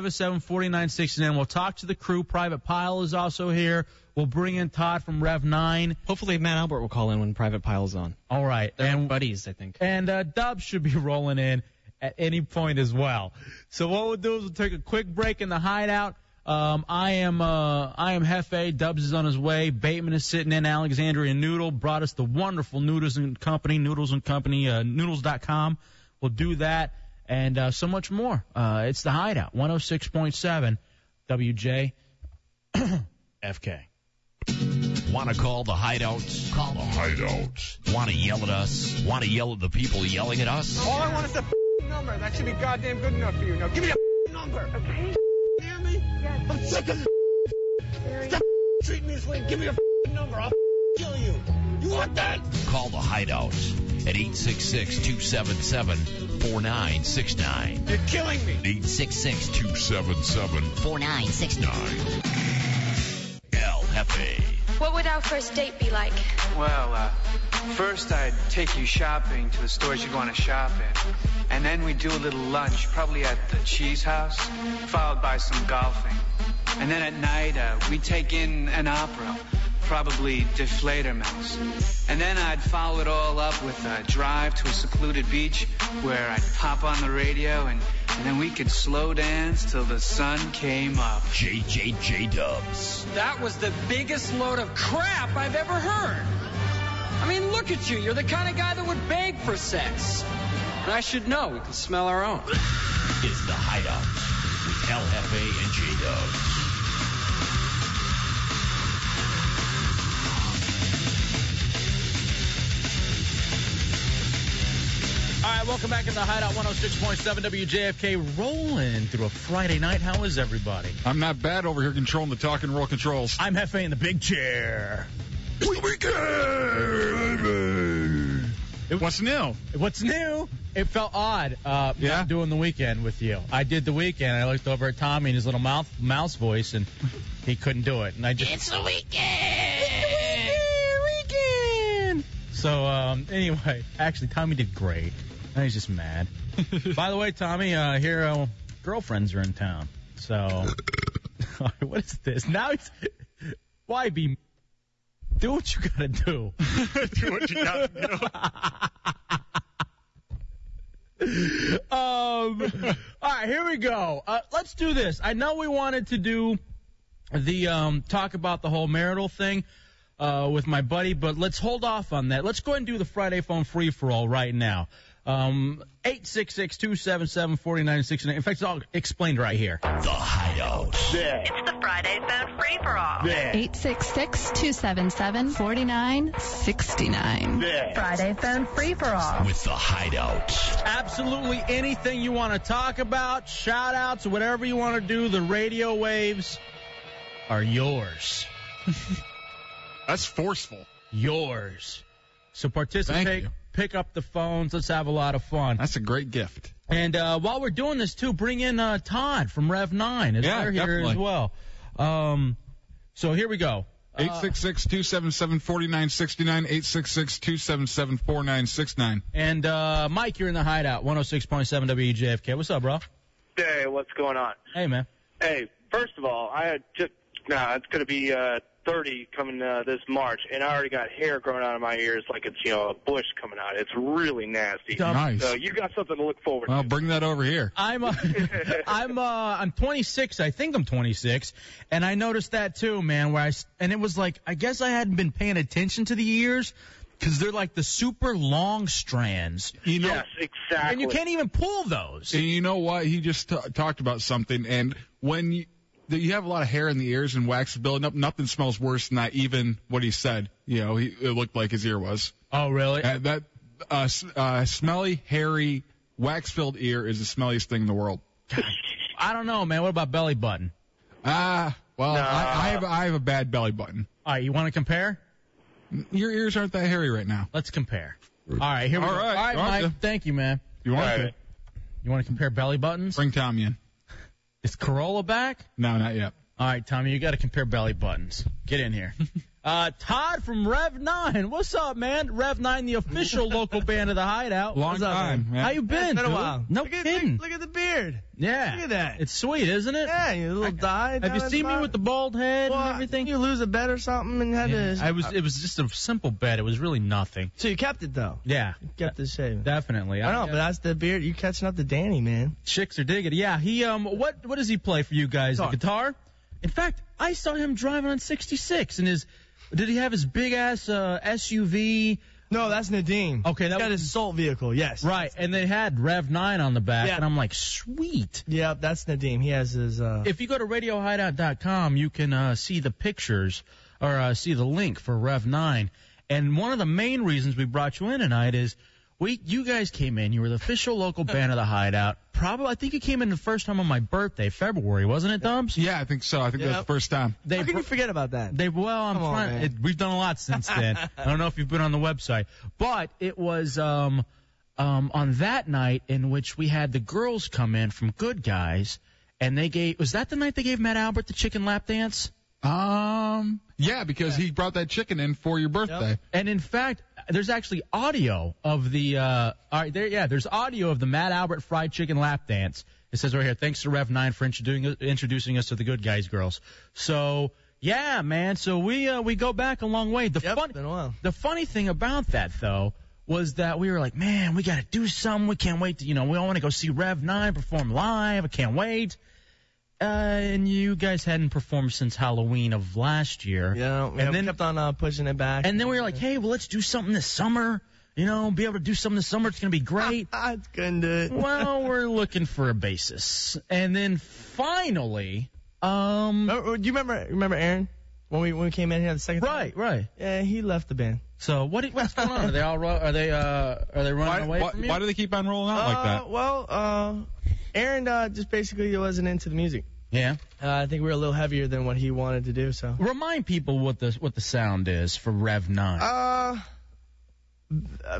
Speaker 6: 866-277-4969. We'll talk to the crew. Private Pile is also here. We'll bring in Todd from Rev 9.
Speaker 7: Hopefully, Matt Albert will call in when Private Pile's on.
Speaker 6: All right.
Speaker 7: They're
Speaker 6: And,
Speaker 7: buddies, I think.
Speaker 6: and uh, Dub should be rolling in at any point as well. So what we'll do is we'll take a quick break in the hideout. Um, I am uh, I am Hefe. Dubs is on his way. Bateman is sitting in. Alexandria Noodle brought us the wonderful Noodles and Company, Noodles and Company, uh, Noodles.com. We'll do that and uh, so much more. Uh, it's the Hideout, 106.7 WJ FK.
Speaker 2: Want to call the hideouts? Call the hideouts. Want to yell at us? Want to yell at the people yelling at us?
Speaker 1: All I want is a f- number. That should be goddamn good enough for you. Now give me a f- number. Okay. Damn me. I'm sick of f- Stop f- treating me this way. Give me a f- number. I'll f- kill you. You want that?
Speaker 2: Call the hideouts at 866-277-4969.
Speaker 1: You're killing me.
Speaker 2: 866-277-4969.
Speaker 4: 4969.
Speaker 2: LFA.
Speaker 5: What would our first date be like?
Speaker 12: Well, uh, first I'd take you shopping to the stores you'd want to shop in. And then we'd do a little lunch, probably at the cheese house, followed by some golfing. And then at night, uh, we'd take in an opera, probably Deflatormouse. And then I'd follow it all up with a drive to a secluded beach where I'd pop on the radio and, and then we could slow dance till the sun came up.
Speaker 2: JJJ Dubs.
Speaker 3: That was the biggest load of crap I've ever heard. I mean, look at you. You're the kind of guy that would beg for sex. And I should know. We can smell our own.
Speaker 2: It's the hideout with LFA and J Dubs.
Speaker 6: All right, welcome back in the Hideout 106.7 WJFK. Rolling through a Friday night. How is everybody?
Speaker 13: I'm not bad over here controlling the talk and roll controls.
Speaker 6: I'm Hefe in the big chair.
Speaker 13: What's new?
Speaker 6: What's new? It felt odd uh,
Speaker 13: Yeah?
Speaker 6: not doing the weekend with you. I did the weekend. I looked over at Tommy and his little mouth mouse voice, and he couldn't do it. And I just it's the weekend. It's the weekend. So um, anyway, actually, Tommy did great. Now he's just mad. By the way, Tommy, uh, here uh, girlfriends are in town. So what is this? Now it's why be Do what you gotta do.
Speaker 2: do what you gotta
Speaker 6: do. um, all right, here we go. Uh, let's do this. I know we wanted to do the um, talk about the whole marital thing uh, with my buddy, but let's hold off on that. Let's go ahead and do the Friday phone free for all right now. Um, 866-277-4969. In fact, it's all explained right here. The Hideout.
Speaker 2: There.
Speaker 14: It's the Friday Phone Free for All.
Speaker 2: There.
Speaker 14: 866 277 4969.
Speaker 2: There.
Speaker 14: Friday Phone Free for All.
Speaker 2: With the Hideout.
Speaker 6: Absolutely anything you want to talk about, shout outs, whatever you want to do, the radio waves are yours.
Speaker 13: That's forceful.
Speaker 6: Yours. So participate, pick up the phones, let's have a lot of fun.
Speaker 13: That's a great gift.
Speaker 6: And uh, while we're doing this too, bring in uh, Todd from Rev 9. Is
Speaker 13: Yeah,
Speaker 6: there here
Speaker 13: definitely.
Speaker 6: as well? Um, so here we go. Uh,
Speaker 13: 866-277-4969, 866-277-4969.
Speaker 6: and uh, Mike, you're in the hideout, 106.7 WJFK. What's up, bro?
Speaker 15: Hey, what's going on?
Speaker 6: Hey, man.
Speaker 15: Hey, first of all, I had just nah, it's gonna be uh, 30 coming uh, this March, and I already got hair growing out of my ears like it's you know a bush coming out. It's really nasty.
Speaker 6: Dumb. Nice.
Speaker 15: So you got something to look forward
Speaker 13: Well, bring that over here.
Speaker 6: I'm uh, I'm uh, I'm 26. I think I'm 26, and I noticed that too, man. Where I s- and it was like I guess I hadn't been paying attention to the ears because they're like the super long strands.
Speaker 13: You know,
Speaker 15: exactly.
Speaker 6: And you can't even pull those.
Speaker 13: And you know what? He just t- talked about something, and when you, that you have a lot of hair in the ears and wax building up, nothing smells worse than that. Even what he said, you know, he, it looked like his ear was.
Speaker 6: Oh, really?
Speaker 13: Uh, that uh, s- uh, smelly, hairy, wax-filled ear is the smelliest thing in the world.
Speaker 6: I don't know, man. What about belly button?
Speaker 13: Ah, well, I, I have I have a bad belly button.
Speaker 6: All right, you want to compare?
Speaker 13: Your ears aren't that hairy right now.
Speaker 6: Let's compare. All right, here we
Speaker 13: All
Speaker 6: go.
Speaker 13: right,
Speaker 6: All right,
Speaker 13: you want
Speaker 6: Mike.
Speaker 13: to.
Speaker 6: Thank you, man.
Speaker 13: You want
Speaker 6: All
Speaker 13: to?
Speaker 6: right. You want to compare belly buttons?
Speaker 13: Bring Tommy in.
Speaker 6: Is Corolla back?
Speaker 13: No, not yet.
Speaker 6: All right, Tommy, you got to compare belly buttons. Get in here. Uh, Todd from Rev 9. What's up, man? Rev 9, the official local band of the Hideout.
Speaker 13: Long
Speaker 6: What's up,
Speaker 13: time, man.
Speaker 6: How you been?
Speaker 7: It's been a
Speaker 6: dude?
Speaker 7: while.
Speaker 6: No
Speaker 7: Look at-
Speaker 6: kidding.
Speaker 7: Look at the beard.
Speaker 6: yeah.
Speaker 7: Look at that.
Speaker 6: It's sweet, isn't it?
Speaker 7: Yeah, you little dye.
Speaker 6: Have you seen me with the bald head
Speaker 7: Well,
Speaker 6: and everything?
Speaker 7: You lose a bet or something and had
Speaker 6: Yeah,
Speaker 7: to.
Speaker 6: I was. It was just a simple bet. It was really nothing.
Speaker 7: so you kept it though.
Speaker 6: Yeah,
Speaker 7: You kept the shave.
Speaker 6: definitely.
Speaker 7: I know, but that's the beard. You catching up to Danny, man.
Speaker 6: Chicks are digging. it. Yeah, he um, what what does he play for you guys? The guitar. In fact, I saw him driving on 66 and his. Did he have his big ass uh, SUV?
Speaker 7: No, that's Nadine.
Speaker 6: Okay, that
Speaker 7: Got his
Speaker 6: was
Speaker 7: assault vehicle. Yes.
Speaker 6: right. And they had Rev 9 on the back,
Speaker 7: Yeah.
Speaker 6: and I'm like, sweet.
Speaker 7: Yeah, that's Nadim. He has his. uh
Speaker 6: If you go to RadioHideout.com, you can uh, see the pictures or uh, see the link for Rev 9. And one of the main reasons we brought you in tonight is we you guys came in. You were the official local band of the Hideout. Probably, I think you came in the first time on my birthday, February, wasn't it, Dubs?
Speaker 13: Yeah, I think so. I think that's
Speaker 7: Yep.
Speaker 13: the first time.
Speaker 6: They
Speaker 7: How can you forget about that?
Speaker 6: They well, I'm
Speaker 7: Come on,
Speaker 6: trying.
Speaker 7: man.
Speaker 6: it, we've done a lot since then. I don't know if you've been on the website, but it was um um on that night in which we had the girls come in from Good Guys, and they gave was that the night they gave Matt Albert the chicken lap dance?
Speaker 13: Um, yeah, because he brought that chicken in for your birthday.
Speaker 6: And in fact, there's actually audio of the uh all right there yeah there's audio of the Matt Albert fried chicken lap dance. It says right here, thanks to Rev Nine for introducing introducing us to the Good Guys girls. So. Yeah, man. So we uh, we go back a long way. The fun,
Speaker 7: Been a while.
Speaker 6: The funny thing about that though was that we were like, man, we got to do something. We can't wait to, you know, we all want to go see Rev 9 perform live. I can't wait. Uh, and you guys hadn't performed since Halloween of last year.
Speaker 7: Yeah, and
Speaker 6: And
Speaker 7: then
Speaker 6: then-
Speaker 7: kept on uh, pushing it back.
Speaker 6: And then we were like, hey, well, let's do something this summer. You know, be able to do something this summer. It's going to be great.
Speaker 7: I couldn't Ah, do it.
Speaker 6: well, we're looking for a basis. And then finally, um,
Speaker 7: Remember- Oh, do you remember? Remember Aaron when we when we came in here the second time?
Speaker 6: right, right.
Speaker 7: Yeah, he left the band.
Speaker 6: So what, what's going on? Are they all, ru- are they, uh, are they running
Speaker 13: Why,
Speaker 6: away
Speaker 13: why,
Speaker 6: from you?
Speaker 13: why do they keep on rolling out like
Speaker 7: Uh,
Speaker 13: that?
Speaker 7: well, uh, Aaron uh, just basically wasn't into the music.
Speaker 6: yeah.
Speaker 7: Uh, I think we were a little heavier than what he wanted to do. So.
Speaker 6: Remind people what the what the sound is for Rev Nine,
Speaker 7: Uh,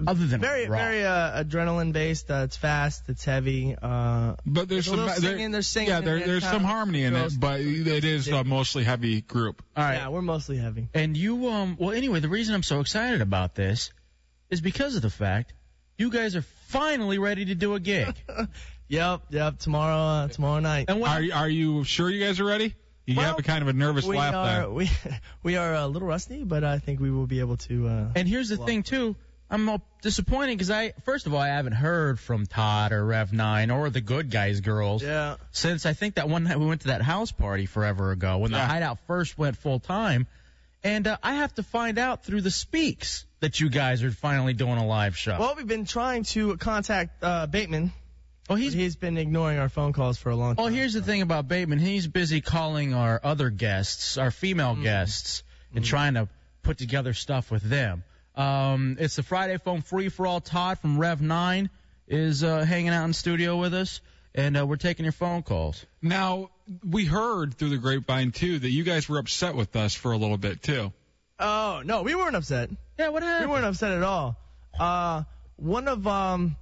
Speaker 6: other than
Speaker 7: very
Speaker 6: rock.
Speaker 7: very uh, adrenaline based. Uh, it's fast. It's heavy. Uh,
Speaker 13: But there's
Speaker 7: There's a
Speaker 13: some
Speaker 7: little
Speaker 13: there-
Speaker 7: singing, there's singing
Speaker 13: Yeah,
Speaker 7: in
Speaker 13: there,
Speaker 7: there,
Speaker 13: there's
Speaker 7: kind
Speaker 13: some
Speaker 7: of
Speaker 13: harmony in
Speaker 7: girls-
Speaker 13: it, but it is a mostly heavy group.
Speaker 6: All right,
Speaker 7: Yeah, we're mostly heavy.
Speaker 6: and you um well anyway, the reason I'm so excited about this is because of the fact you guys are finally ready to do a gig.
Speaker 7: Yep, yep. Tomorrow, uh, tomorrow night.
Speaker 6: And when,
Speaker 13: Are you- are you sure you guys are ready? You have a kind of a nervous
Speaker 16: we
Speaker 13: laugh
Speaker 16: are,
Speaker 13: there.
Speaker 16: We, we are a little rusty, but I think we will be able to. Uh,
Speaker 6: And here's the
Speaker 16: pull off.
Speaker 6: thing too. I'm all disappointed because I, first of all, I haven't heard from Todd or Rev Nine or the Good Guys girls
Speaker 16: Yeah.
Speaker 6: since I think that one night we went to that house party forever ago when the hideout first went full time, and uh, I have to find out through the speaks that you guys are finally doing a live show.
Speaker 16: Well, we've been trying to contact uh, Bateman. Oh, he's he's been ignoring our phone calls for a long time.
Speaker 6: Well, here's the thing about Bateman. He's busy calling our other guests, our female guests, and trying to put together stuff with them. Um, it's the Friday Phone Free for All. Todd from Rev 9 is uh, hanging out in studio with us, and uh, we're taking your phone calls.
Speaker 13: Now, we heard through the grapevine, too, that you guys were upset with us for a little bit, too.
Speaker 16: Oh no, we weren't upset.
Speaker 6: Yeah, what happened?
Speaker 16: We weren't upset at all. Uh, one of um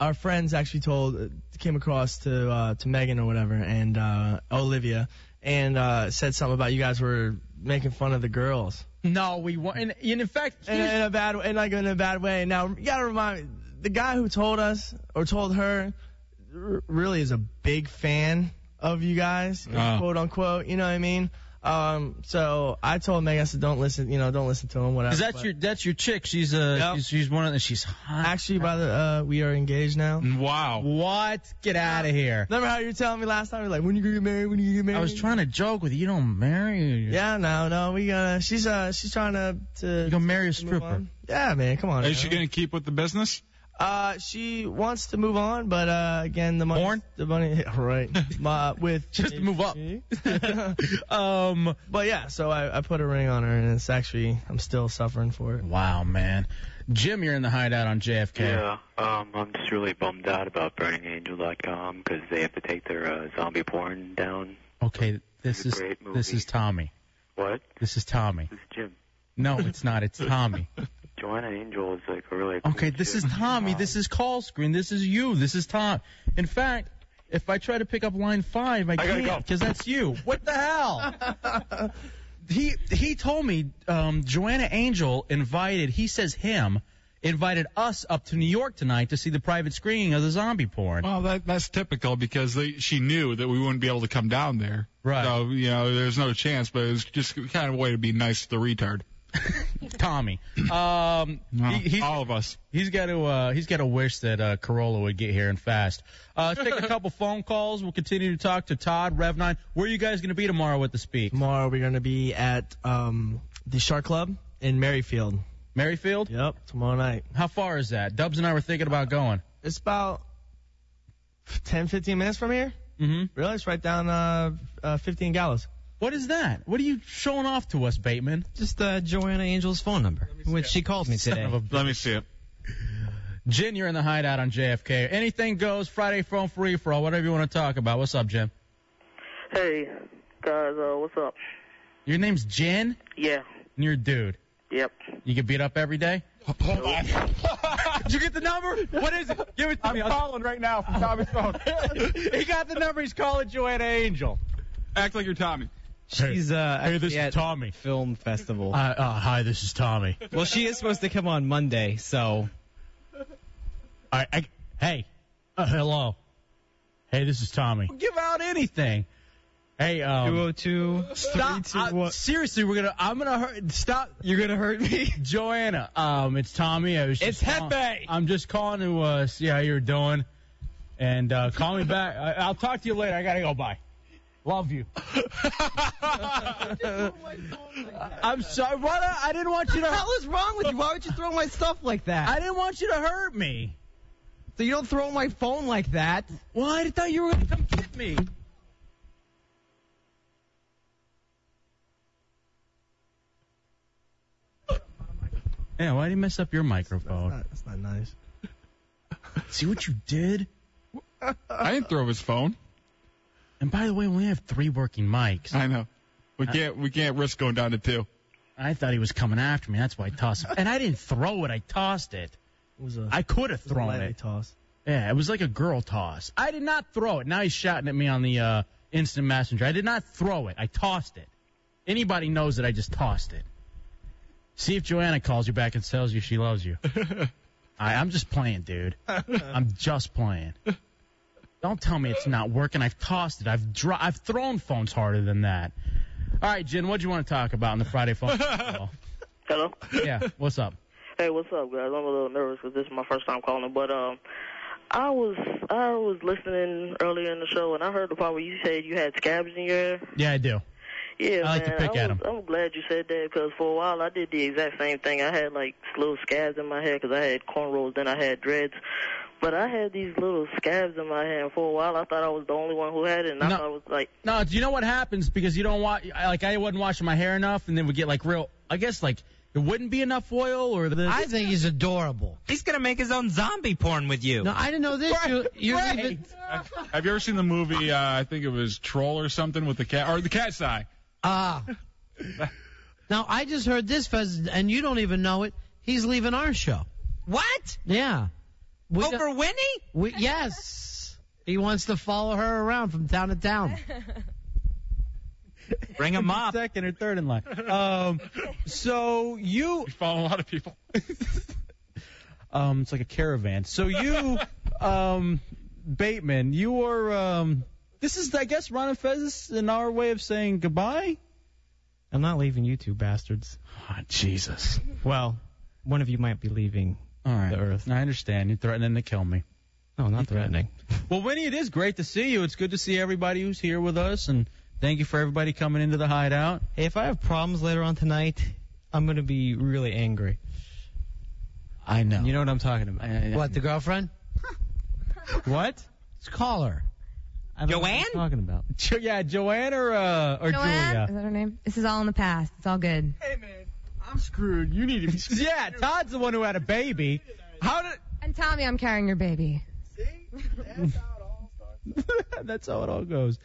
Speaker 16: our friends actually told uh, came across to uh, to Megan or whatever and uh, Olivia and uh, said something about you guys were making fun of the girls.
Speaker 6: No, we weren't. And, and in fact,
Speaker 16: in, in a bad and like in a bad way. Now you gotta remind me, the guy who told us or told her r- really is a big fan of you guys,
Speaker 6: Ah.
Speaker 13: Oh.
Speaker 16: quote unquote. You know what I mean? Um, so I told Meg, I said, don't listen, you know, don't listen to him, whatever.
Speaker 6: Cause that's
Speaker 16: But
Speaker 6: your that's your chick. She's uh she's, she's one of the, she's hot.
Speaker 16: Actually, by the uh, we are engaged now.
Speaker 13: Wow.
Speaker 6: What? Get out of here.
Speaker 16: Remember how you were telling me last time? You're like, when you gonna get married? When you gonna get married?
Speaker 6: I was trying to joke with you. You don't marry.
Speaker 16: Yeah, no, no, we gotta. She's uh, she's trying to to. You
Speaker 6: gonna marry a
Speaker 13: stripper.
Speaker 16: Yeah, man, come on.
Speaker 13: Is she going to keep with the business?
Speaker 16: Uh, she wants to move on, but uh, again, the money. The money. Right. My, with just move
Speaker 6: up. um.
Speaker 16: But yeah, so I, I put a ring on her, and it's actually I'm still suffering for it.
Speaker 6: Wow, man. Jim, you're in the hideout on JFK.
Speaker 17: Yeah, um, I'm just really bummed out about BurningAngel.com because they have to take their uh, zombie porn down.
Speaker 6: Okay, this is
Speaker 17: great movie.
Speaker 6: this is Tommy.
Speaker 17: What?
Speaker 6: This is Tommy.
Speaker 17: This is Jim.
Speaker 6: No, it's not. It's Tommy.
Speaker 17: Joanna Angel is like a really Um,
Speaker 6: Okay, this is Tommy. This is call screen. This is you. This is Tom. In fact, if I try to pick up line five, I,
Speaker 17: gotta go.
Speaker 6: can't because that's you. What the hell? he he told me um, Joanna Angel invited. He says him invited us up to New York tonight to see the private screening of the zombie porn.
Speaker 13: Well, that, that's typical because they, she knew that we wouldn't be able to come down there.
Speaker 6: Right.
Speaker 13: So, you know, there's no chance, but it was just kind of a way to be nice to the retard.
Speaker 6: Tommy. Um, he, all
Speaker 13: of us.
Speaker 6: He's got to. Uh, he's got to wish that uh, Corolla would get here and fast. Uh, let's take a couple phone calls. We'll continue to talk to Todd Rev Nine. Where are you guys going to be tomorrow with the speak?
Speaker 16: Tomorrow we're gonna be at um the Shark Club in Merrifield.
Speaker 6: Merrifield?
Speaker 16: Yep. Tomorrow night.
Speaker 6: How far is that? Dubs and I were thinking about going.
Speaker 16: It's about 10, 15 minutes from here.
Speaker 6: Mm-hmm.
Speaker 16: Really? It's right down uh, uh 15 Gallows.
Speaker 6: What is that? What are you showing off to us, Bateman?
Speaker 18: Just uh, Joanna Angel's phone number, which she called me today.
Speaker 13: Let me see it.
Speaker 6: Jin, you're in the hideout on JFK. Anything goes. Friday phone free for all. Whatever you want to talk about. What's up, Jim?
Speaker 19: Hey, guys, uh, what's up?
Speaker 6: Your name's Jin,
Speaker 19: Yeah,
Speaker 6: and you're a dude.
Speaker 19: yep.
Speaker 6: You get beat up every day. Did you get the number? What is it? Give it to me. I'm calling right now from Tommy's phone. he got the number. He's calling Joanna Angel.
Speaker 13: Act like you're Tommy.
Speaker 16: She's uh
Speaker 18: hey, this
Speaker 16: is
Speaker 18: Tommy. Film festival.
Speaker 6: Uh, uh, hi, this is Tommy.
Speaker 18: Well, she is supposed to come on Monday, so.
Speaker 6: I, I hey, uh, hello. Hey, this is Tommy. Give out anything. Hey, um,
Speaker 18: 202
Speaker 6: Stop. I- seriously, we're gonna. I'm gonna hurt. Stop. You're gonna hurt me, Joanna. Um, it's Tommy. I was
Speaker 18: It's
Speaker 6: just
Speaker 18: Hefe.
Speaker 6: calling- I'm just calling to uh, see how you're doing, and uh, call me back. I, I'll talk to you later. I gotta go. Bye. Love you. I'm sorry. What? I didn't want you to. What the hell
Speaker 18: is wrong with you? Why would you throw my stuff like that?
Speaker 6: I didn't want you to hurt me.
Speaker 18: So you don't throw my phone like that.
Speaker 6: Well, I thought you were gonna come get me. Yeah, why did you mess up your microphone?
Speaker 18: Uh,
Speaker 16: That's not nice.
Speaker 6: See what you did?
Speaker 13: I didn't throw his phone.
Speaker 6: And by the way, we only have three working mics.
Speaker 13: I know. We can't. we can't risk going down to two.
Speaker 6: I thought he was coming after me. That's why I tossed it. And I didn't throw it. I tossed it.
Speaker 16: It was a,
Speaker 6: I could have
Speaker 16: it was a
Speaker 6: thrown
Speaker 16: lightly
Speaker 6: it.
Speaker 16: Toss.
Speaker 6: Yeah, it was like a girl toss. I did not throw it. Now he's shouting at me on the uh, instant messenger. I did not throw it. I tossed it. Anybody knows that I just tossed it. See if Joanna calls you back and tells you she loves you. I, I'm just playing, dude. I'm just playing. Don't tell me it's not working. I've tossed it. I've dro- I've thrown phones harder than that. All right, Jen, what do you want to talk about on the Friday phone call?
Speaker 19: Hello?
Speaker 6: Yeah, what's up?
Speaker 19: Hey, what's up, guys? I'm a little nervous 'cause this is my first time calling, but um, I was I was listening earlier in the show and I heard the part where you said you had scabs in your hair.
Speaker 6: Yeah, I do.
Speaker 19: Yeah,
Speaker 6: I like to
Speaker 19: man,
Speaker 6: pick
Speaker 19: I was,
Speaker 6: at 'em.
Speaker 19: I'm glad you said that because for a while I did the exact same thing. I had like little scabs in my hair because I had cornrows, then I had dreads. But I had these little scabs in my hair, and for a while I thought I was the only one who had it, and I
Speaker 6: No.
Speaker 19: thought it was like
Speaker 6: No, do you know what happens? Because you don't wa I, like I wasn't washing my hair enough, and then we get like real. I guess like there wouldn't be enough oil or the.
Speaker 18: I think he's adorable. He's gonna make his own zombie porn with you. No, I didn't know this. You, you leave it.
Speaker 13: Have you ever seen the movie? Uh, I think it was Troll or something with the cat or the cat's eye.
Speaker 18: Ah. now I just heard this, Fez, and you don't even know it. He's leaving our show. What? Yeah. Over Winnie? We, yes. He wants to follow her around from town to town.
Speaker 6: Bring him up. Second or third in line. Um, so you. You
Speaker 13: follow a lot of people.
Speaker 6: um, it's like a caravan. So you, um, Bateman, you are. Um, this is, I guess, Ron and Fez in our way of saying goodbye.
Speaker 20: I'm not leaving you two bastards.
Speaker 6: Ah, Jesus.
Speaker 20: Well, one of you might be leaving
Speaker 6: All right. I understand. You're threatening to kill me.
Speaker 20: No, not threatening.
Speaker 6: Well, Winnie, it is great to see you. It's good to see everybody who's here with us, and thank you for everybody coming into the hideout.
Speaker 20: Hey, if I have problems later on tonight, I'm going to be really angry.
Speaker 6: I know.
Speaker 20: You know what I'm talking about.
Speaker 18: What, the girlfriend?
Speaker 6: what?
Speaker 18: Let's call her.
Speaker 20: I don't know what I'm talking about.
Speaker 6: Jo- yeah, Joanne or uh, or
Speaker 21: Joanne? Is
Speaker 6: Julia.
Speaker 21: that her name? This is all in the past. It's all good.
Speaker 6: I'm screwed. You need to be. yeah, Todd's the one who had a baby. How did?
Speaker 21: And Tommy, I'm carrying your baby.
Speaker 6: That's how it all goes.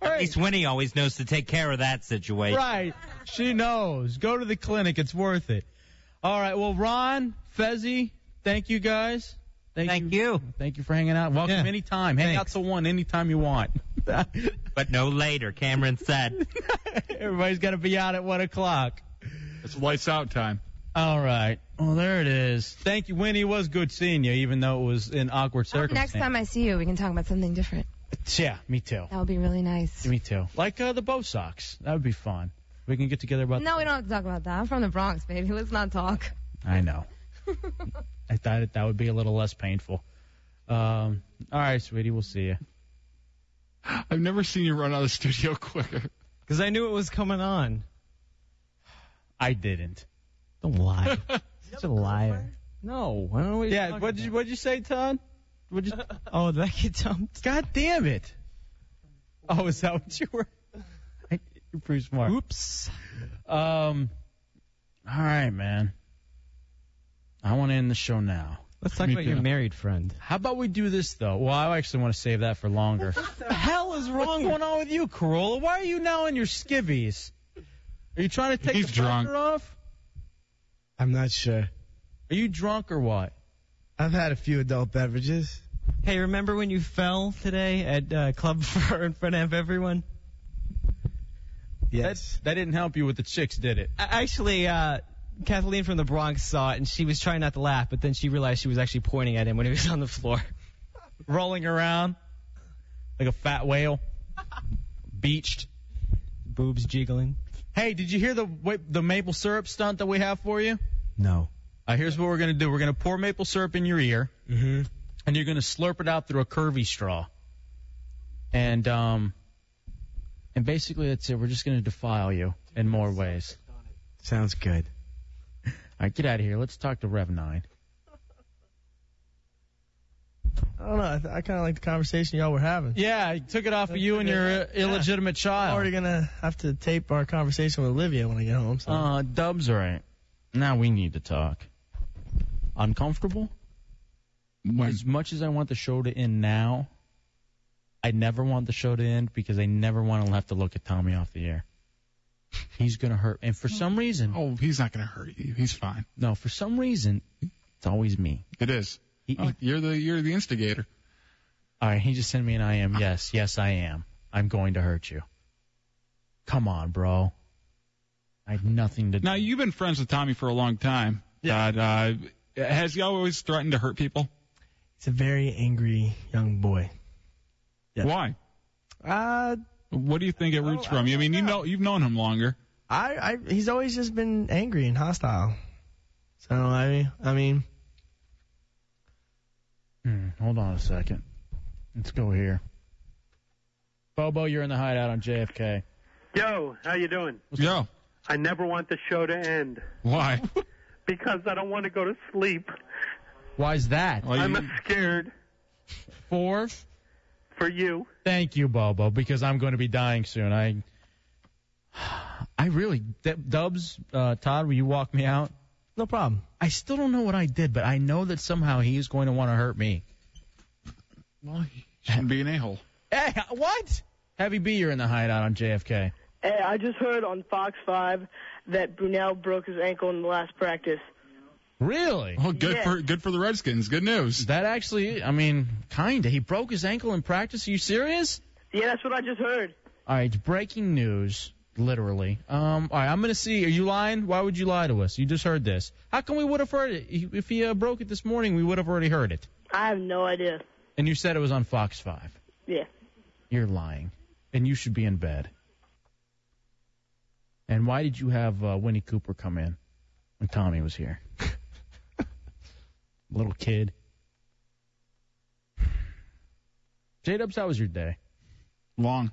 Speaker 18: At least Winnie always knows to take care of that situation.
Speaker 6: Right. She knows. Go to the clinic. It's worth it. All right. Well, Ron, Fezzi, thank you guys. Thank, you. Thank you for hanging out. Welcome anytime. Hang out till one anytime you want.
Speaker 18: But no later, Cameron said.
Speaker 6: Everybody's got to be out at one o'clock.
Speaker 13: It's lights out time.
Speaker 6: All right. Well, there it is. Thank you, Winnie. It was good seeing you, even though it was in awkward
Speaker 21: Next
Speaker 6: circumstances.
Speaker 21: time I see you, we can talk about something different.
Speaker 6: Yeah, me too.
Speaker 21: That would be really nice.
Speaker 6: Me too. Like uh, the bow socks. That would be fun. We can get together about.
Speaker 21: No, we don't have to talk about that. I'm from the Bronx, baby. Let's not talk.
Speaker 6: I know. I thought that, that would be a little less painful. Um, all right, sweetie, we'll see you.
Speaker 13: I've never seen you run out of the studio quicker.
Speaker 20: Because I knew it was coming on.
Speaker 6: I didn't.
Speaker 20: Don't lie. Such a liar.
Speaker 6: No,
Speaker 20: I don't know what you're
Speaker 6: yeah,
Speaker 20: talking
Speaker 6: what did you, what'd you say, Todd? What'd you?
Speaker 20: Oh, did I get dumped?
Speaker 6: God damn it! Oh, is that what you were? You're pretty smart.
Speaker 20: Oops.
Speaker 6: Um. All right, man. I want to end the show now.
Speaker 20: Let's talk about your married friend.
Speaker 6: How about we do this though? Well, I actually want to save that for longer. What the hell is wrong going on with you, Corolla? Why are you now in your skivvies? Are you trying to take
Speaker 20: He's
Speaker 6: the
Speaker 20: drunk.
Speaker 6: pressure off?
Speaker 22: I'm not sure.
Speaker 6: Are you drunk or what?
Speaker 22: I've had a few adult beverages.
Speaker 20: Hey, remember when you fell today at uh, Club Fur in front of everyone?
Speaker 6: Yes. That, that didn't help you with the chicks, did it?
Speaker 20: A- Actually, uh, Kathleen from the Bronx saw it and she was trying not to laugh, but then she realized she was actually pointing at him when he was on the floor.
Speaker 6: Rolling around like a fat whale, beached,
Speaker 20: boobs jiggling.
Speaker 6: Hey, did you hear the wa- the maple syrup stunt that we have for you?
Speaker 20: No.
Speaker 6: Uh, here's what we're gonna do. We're gonna pour maple syrup in your ear,
Speaker 20: Mm-hmm.
Speaker 6: and you're gonna slurp it out through a curvy straw. And um, and basically that's it. We're just gonna defile you in more ways.
Speaker 22: Sounds good.
Speaker 6: All right, get out of here. Let's talk to Rev Nine.
Speaker 16: I don't know. I, th- I kind of like the conversation y'all were having.
Speaker 6: Yeah, I took it off of you and your uh, illegitimate
Speaker 16: I'm
Speaker 6: child.
Speaker 16: already gonna have to tape our conversation with Olivia when I get home. So.
Speaker 6: Uh, Dub's all right. Now we need to talk. Uncomfortable? As much as I want the show to end now, I never want the show to end because I never want to have to look at Tommy off the air. He's gonna hurt, and for some reason.
Speaker 13: Oh, he's not gonna hurt you. He's fine.
Speaker 6: No, for some reason, it's always me.
Speaker 13: It is.
Speaker 6: Oh,
Speaker 13: you're the you're the instigator.
Speaker 6: All right, he just sent me an I
Speaker 13: Ah.
Speaker 6: am. Yes, yes, I am. I'm going to hurt you. Come on, bro. I have nothing to do.
Speaker 13: Now you've been friends with Tommy for a long time. Yeah. Uh, has he always threatened to hurt people?
Speaker 16: He's a very angry young boy.
Speaker 13: Why?
Speaker 16: Uh,
Speaker 13: what do you think it roots from? I mean, you know, you've known him longer.
Speaker 16: I, I, he's always just been angry and hostile. So I, mean, I mean,
Speaker 6: Hmm, hold on a second. Let's go here. Bobo, you're in the hideout on JFK.
Speaker 8: Yo, how you doing?
Speaker 13: Yo.
Speaker 8: I never want the show to end
Speaker 13: Why?
Speaker 8: because I don't want to go to sleep.
Speaker 6: Why's that?
Speaker 8: I'm scared
Speaker 6: Four.
Speaker 8: for you.
Speaker 6: Thank you, Bobo, because I'm going to be dying soon. I, I really, D- Dubs, uh, Todd, will you walk me out?
Speaker 16: No problem.
Speaker 6: I still don't know what I did, but I know that somehow he's going to want to hurt me.
Speaker 13: Well, you shouldn't be an a hole.
Speaker 6: Hey, what? Heavy B, you're in the hideout on JFK.
Speaker 9: Hey, I just heard on Fox 5 that Brunel broke his ankle in the last practice.
Speaker 6: Really?
Speaker 13: Oh, good
Speaker 9: Yeah.
Speaker 13: for good for the Redskins. Good news.
Speaker 6: That actually, I mean, kinda. He broke his ankle in practice. Are you serious?
Speaker 9: Yeah, that's what I just heard.
Speaker 6: All right, breaking news, literally. Um, all right, I'm gonna see. Are you lying? Why would you lie to us? You just heard this. How come we would have heard it? He- If he uh, broke it this morning, we would have already heard it.
Speaker 9: I have no idea.
Speaker 6: And you said it was on Fox Five.
Speaker 9: Yeah.
Speaker 6: You're lying, and you should be in bed. And why did you have uh, Winnie Cooper come in when Tommy was here? Little kid. J Dubs, how was your day?
Speaker 13: Long.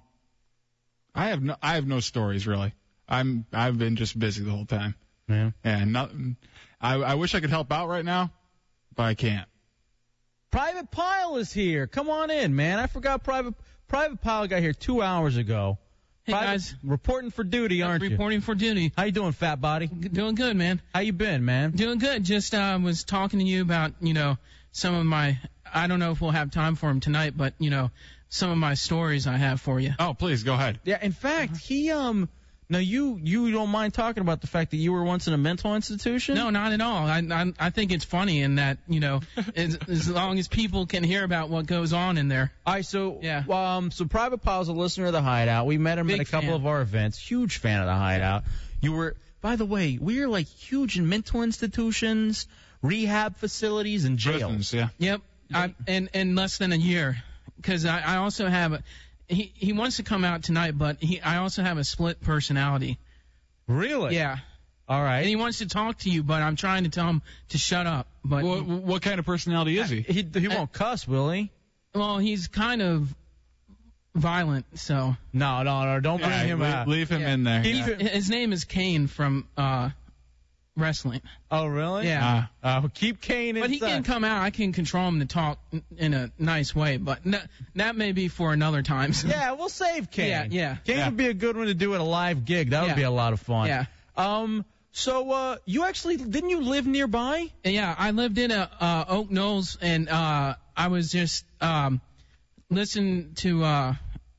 Speaker 13: I have no I have no stories really. I'm I've been just busy the whole time.
Speaker 6: Yeah.
Speaker 13: And nothing. I I wish I could help out right now, but I can't.
Speaker 6: Private Pile is here. Come on in, man. I forgot Private Private Pile got here two hours ago. Hey guys, reporting for duty, aren't you?
Speaker 23: Reporting for duty.
Speaker 6: How you doing, fat body?
Speaker 23: Doing good, man.
Speaker 6: How you been, man?
Speaker 23: Doing good. Just uh, was talking to you about, you know, some of my. I don't know if we'll have time for them tonight, but you know, some of my stories I have for you.
Speaker 13: Oh, please go ahead.
Speaker 6: Yeah, in fact, he um. Now you you don't mind talking about the fact that you were once in a mental institution?
Speaker 23: No, not at all. I I, I think it's funny in that you know, as, as long as people can hear about what goes on in there.
Speaker 6: All right, so
Speaker 23: yeah.
Speaker 6: Um, so Private Pile's a listener of the Hideout. We met him at a couple of our events. Huge fan of the Hideout. You were, by the way, we're like huge in mental institutions, rehab facilities, and jails.
Speaker 13: yeah.
Speaker 23: Yep. I, in in less than a year, because I, I also have a, he he wants to come out tonight, but he I also have a split personality.
Speaker 6: Really?
Speaker 23: Yeah.
Speaker 6: All right.
Speaker 23: And he wants to talk to you, but I'm trying to tell him to shut up. But
Speaker 13: what, what kind of personality is he?
Speaker 6: He he won't cuss, will he?
Speaker 23: Well, he's kind of violent, so.
Speaker 6: No, no, no! Don't
Speaker 13: bring Yeah, him leave- out. leave him in there,
Speaker 23: He's-
Speaker 13: yeah.
Speaker 23: His name is Kane from uh wrestling.
Speaker 6: Oh, really?
Speaker 23: Yeah.
Speaker 6: Uh, keep Kane
Speaker 23: But he can
Speaker 6: inside.
Speaker 23: come out. I can control him to talk n- in a nice way, but n- that may be for another time.
Speaker 6: Yeah, we'll save Kane.
Speaker 23: Yeah, yeah.
Speaker 6: Kane
Speaker 23: Yeah.
Speaker 6: would be a good one to do at a live gig. That would
Speaker 23: Yeah.
Speaker 6: be a lot of fun.
Speaker 23: Yeah.
Speaker 6: Um. So uh, you actually didn't you live nearby?
Speaker 23: Yeah, I lived in a, uh, Oak Knolls, and uh, I was just um, listening to uh,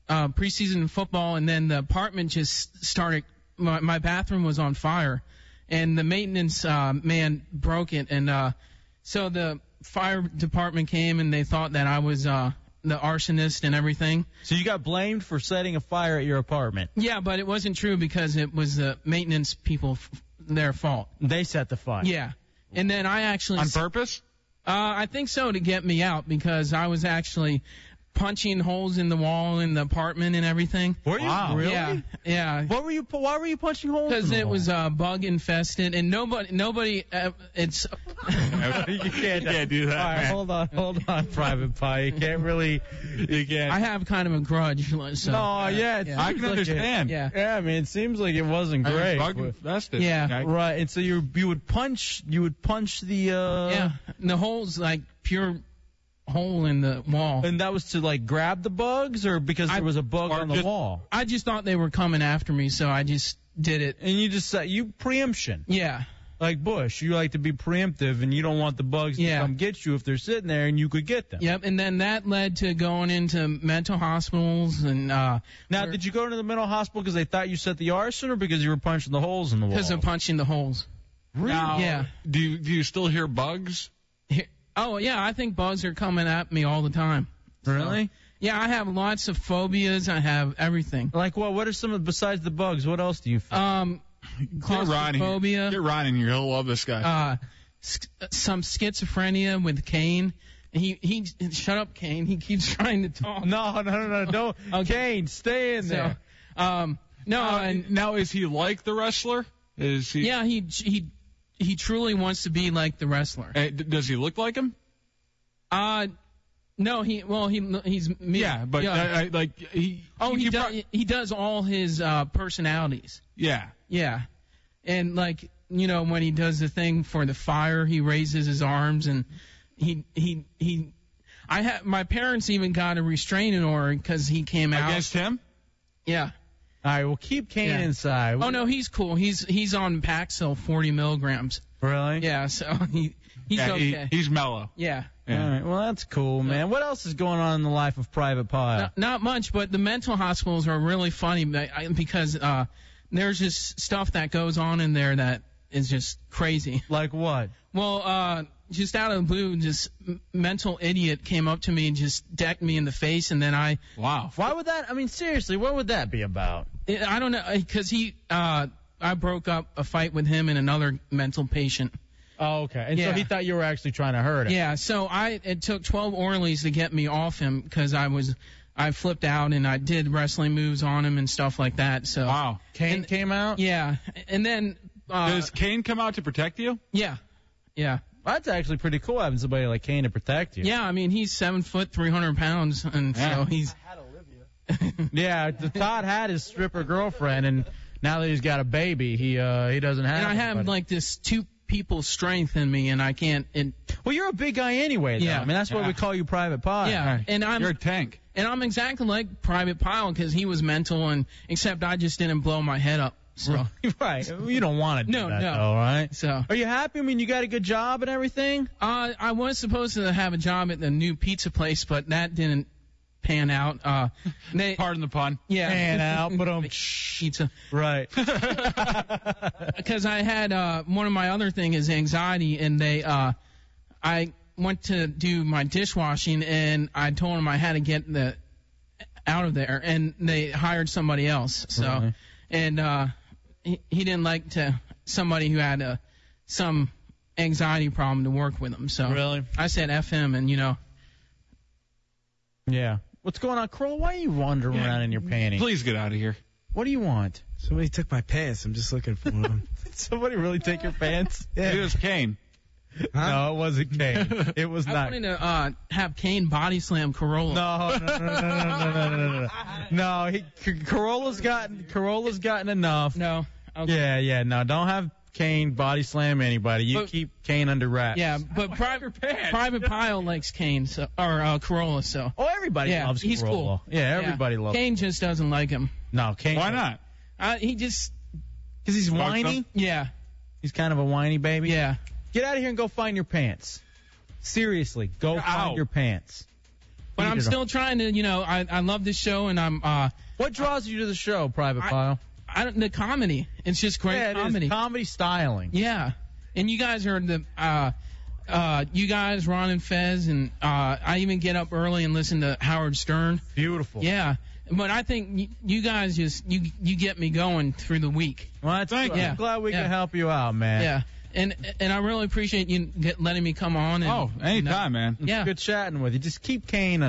Speaker 23: uh, preseason football, and then the apartment just started. My, my bathroom was on fire, and the maintenance uh, man broke it, and uh, so the fire department came, and they thought that I was uh, the arsonist and everything.
Speaker 6: So you got blamed for setting a fire at your apartment.
Speaker 23: Yeah, but it wasn't true because it was the maintenance people f- their fault.
Speaker 6: They set the fire.
Speaker 23: Yeah. And then I actually
Speaker 13: On purpose?
Speaker 23: Uh I think so to get me out because I was actually punching holes in the wall in the apartment and everything.
Speaker 6: Were you Wow. really?
Speaker 23: Yeah. Yeah.
Speaker 6: What were you why were you punching holes
Speaker 23: Cuz it was uh bug infested and nobody nobody uh, it's
Speaker 6: you can't, do that. All right, hold on, hold on, Private Pie. You can't really. You can't.
Speaker 23: I have kind of a grudge. So,
Speaker 6: no, uh, yeah, it
Speaker 23: I
Speaker 6: seems
Speaker 23: can
Speaker 6: like
Speaker 23: understand.
Speaker 6: It,
Speaker 23: Yeah.
Speaker 6: yeah, I mean, it seems like it wasn't
Speaker 23: I mean,
Speaker 6: great.
Speaker 23: bug
Speaker 6: but-
Speaker 23: infested. Yeah. I-
Speaker 6: right. And so you you would punch you would punch the uh
Speaker 23: yeah. And the hole's like pure hole in the wall.
Speaker 6: And that was to like grab the bugs or because there was a bug on the wall.
Speaker 23: I just thought they were coming after me, so I just did it.
Speaker 6: And you just said you preemption.
Speaker 23: Yeah.
Speaker 6: Like Bush, you like to be preemptive and you don't want the bugs
Speaker 23: Yeah.
Speaker 6: to come get you if they're sitting there and you could get them.
Speaker 23: Yep, and then that led to going into mental hospitals and uh
Speaker 6: Now, did you go into the mental hospital because they thought you set the arson or because you were punching the holes in the wall?
Speaker 23: because of punching the holes.
Speaker 6: Really?
Speaker 13: Now,
Speaker 23: Yeah.
Speaker 13: Do you, do you still hear bugs?
Speaker 23: Oh yeah, I think bugs are coming at me all the time.
Speaker 6: Really?
Speaker 23: yeah, I have lots of phobias. I have everything.
Speaker 6: Like what? What are some of besides the bugs? What else do you? Feel?
Speaker 23: Um,
Speaker 13: Get Ron in here.
Speaker 23: claustrophobia.
Speaker 13: Get Ron in here. He'll love this guy.
Speaker 23: uh, s- some schizophrenia with Kane, He he shut up, Kane. He keeps trying to talk.
Speaker 6: No, no, no, no. Kane, stay in
Speaker 23: there. Um, no,
Speaker 6: uh,
Speaker 23: and
Speaker 13: now is he like the wrestler? Is he?
Speaker 23: Yeah, he he he truly wants to be like the wrestler.
Speaker 13: uh, does he look like him?
Speaker 23: Uh no, he well he he's me.
Speaker 13: Yeah, but I- I- like he
Speaker 23: oh he, do, he does all his uh personalities.
Speaker 13: Yeah.
Speaker 23: Yeah. And like, you know, when he does the thing for the fire, he raises his arms and he he he I had my parents even got a restraining order cuz he came out
Speaker 13: against him?
Speaker 23: Yeah.
Speaker 6: All right, we'll keep Kane inside.
Speaker 23: Oh no, he's cool. He's he's on Paxil 40 milligrams.
Speaker 6: Really?
Speaker 23: Yeah, so he he's
Speaker 6: Yeah, he-
Speaker 23: okay.
Speaker 13: he's mellow.
Speaker 23: Yeah.
Speaker 6: All right. Well, that's cool, man. What else is going on in the life of Private Pile?
Speaker 23: Not, not much, but the mental hospitals are really funny be- I- because uh, there's just stuff that goes on in there that is just crazy.
Speaker 6: Like what?
Speaker 23: Well, uh, just out of the blue, just m- mental idiot came up to me and just decked me in the face, and then I.
Speaker 13: Wow.
Speaker 6: Why would that? I mean, seriously, what would that be about?
Speaker 23: I don't know, because he. Uh, I broke up a fight with him and another mental patient.
Speaker 6: Oh, okay. And
Speaker 23: Yeah.
Speaker 6: so he thought you were actually trying to hurt him.
Speaker 23: Yeah, so I it took 12 Orleys to get me off him because I was I flipped out and I did wrestling moves on him and stuff like that. So
Speaker 13: wow,
Speaker 6: Kane came out.
Speaker 23: Yeah, and then uh,
Speaker 13: Does Kane come out to protect you?
Speaker 23: yeah, yeah,
Speaker 6: That's actually pretty cool having somebody like Kane to protect you.
Speaker 23: yeah. I mean he's seven foot 300 pounds and
Speaker 6: Yeah.
Speaker 23: so he's
Speaker 6: Yeah, the Todd had his stripper girlfriend, and now that he's got a baby, he uh he doesn't have.
Speaker 23: and I have
Speaker 6: anybody.
Speaker 23: like this two people strength in me and I can't and
Speaker 6: well you're a big guy anyway. though.
Speaker 23: Yeah.
Speaker 6: I mean that's why
Speaker 23: Yeah.
Speaker 6: we call you Private Pile.
Speaker 23: Yeah, and I'm
Speaker 6: You're
Speaker 13: tank.
Speaker 23: And I'm exactly like Private Pile because he was mental and except I just didn't blow my head up. So
Speaker 6: right, you don't want to do
Speaker 23: No,
Speaker 6: that
Speaker 23: no.
Speaker 6: though, right?
Speaker 23: So
Speaker 6: are you happy? I mean you got a good job and everything.
Speaker 23: Uh, I was supposed to have a job at the new pizza place, but that didn't pan out. Uh, they,
Speaker 13: pardon the pun.
Speaker 23: Yeah,
Speaker 6: Pan out, but um,
Speaker 23: pizza.
Speaker 6: Right.
Speaker 23: Because I had uh, one of my other thing is anxiety, and they, uh, I went to do my dishwashing, and I told them I had to get the out of there, and they hired somebody else. So,
Speaker 6: Right.
Speaker 23: and uh, he, he didn't like to somebody who had uh some anxiety problem to work with him. So
Speaker 6: Really?
Speaker 23: I said F him, and you know,
Speaker 6: Yeah. What's going on, Kroll? Why are you wandering around in your panties?
Speaker 13: Please get out of here.
Speaker 6: What do you want?
Speaker 22: Somebody took my pants. I'm just looking for them.
Speaker 6: Did somebody really take your pants?
Speaker 22: Yeah.
Speaker 13: It was Kane.
Speaker 6: No, it wasn't Kane. It was
Speaker 23: I
Speaker 6: not.
Speaker 23: wanted to uh, have Kane body slam Corolla.
Speaker 6: No, no, no, no, no, no, no, no, no. No, he, C- Corolla's gotten Corolla's gotten enough.
Speaker 23: No. Okay.
Speaker 6: Yeah, yeah. No, don't have Kane body slam anybody. You
Speaker 23: But-
Speaker 6: keep Kane under wraps.
Speaker 23: Yeah, but private private pile likes Kane so or uh, Corolla so.
Speaker 6: Oh, everybody
Speaker 23: yeah,
Speaker 6: loves
Speaker 23: he's
Speaker 6: Corolla.
Speaker 23: cool.
Speaker 6: Yeah, everybody loves.
Speaker 23: Kane just doesn't like him.
Speaker 6: No, Kane.
Speaker 13: Why not?
Speaker 23: Uh, he just
Speaker 6: Because he's
Speaker 23: Fucked
Speaker 6: whiny.
Speaker 23: up? yeah.
Speaker 6: He's kind of a whiny baby.
Speaker 23: Yeah.
Speaker 6: Get out of here and go find your pants. Seriously, go find your pants.
Speaker 23: But
Speaker 6: Eat
Speaker 23: I'm
Speaker 6: it
Speaker 23: still trying to, you know, I I love this show and I'm uh
Speaker 6: What draws you to the show, Private Pile?
Speaker 23: I don't the comedy. It's just great
Speaker 6: Yeah, it is.
Speaker 23: comedy.
Speaker 6: Comedy styling.
Speaker 23: Yeah. And you guys are the uh uh you guys Ron and Fez and uh I even get up early and listen to Howard Stern.
Speaker 6: Beautiful.
Speaker 23: Yeah. But I think y- you guys just you you get me going through the week.
Speaker 6: Well, that's
Speaker 23: Thank
Speaker 6: good.
Speaker 23: you.
Speaker 6: I'm glad we
Speaker 23: Yeah.
Speaker 6: can help you out, man.
Speaker 23: Yeah. And and I really appreciate you get, letting me come on. And,
Speaker 13: Oh, anytime, man.
Speaker 23: Yeah.
Speaker 6: Good chatting with you. Just keep Kane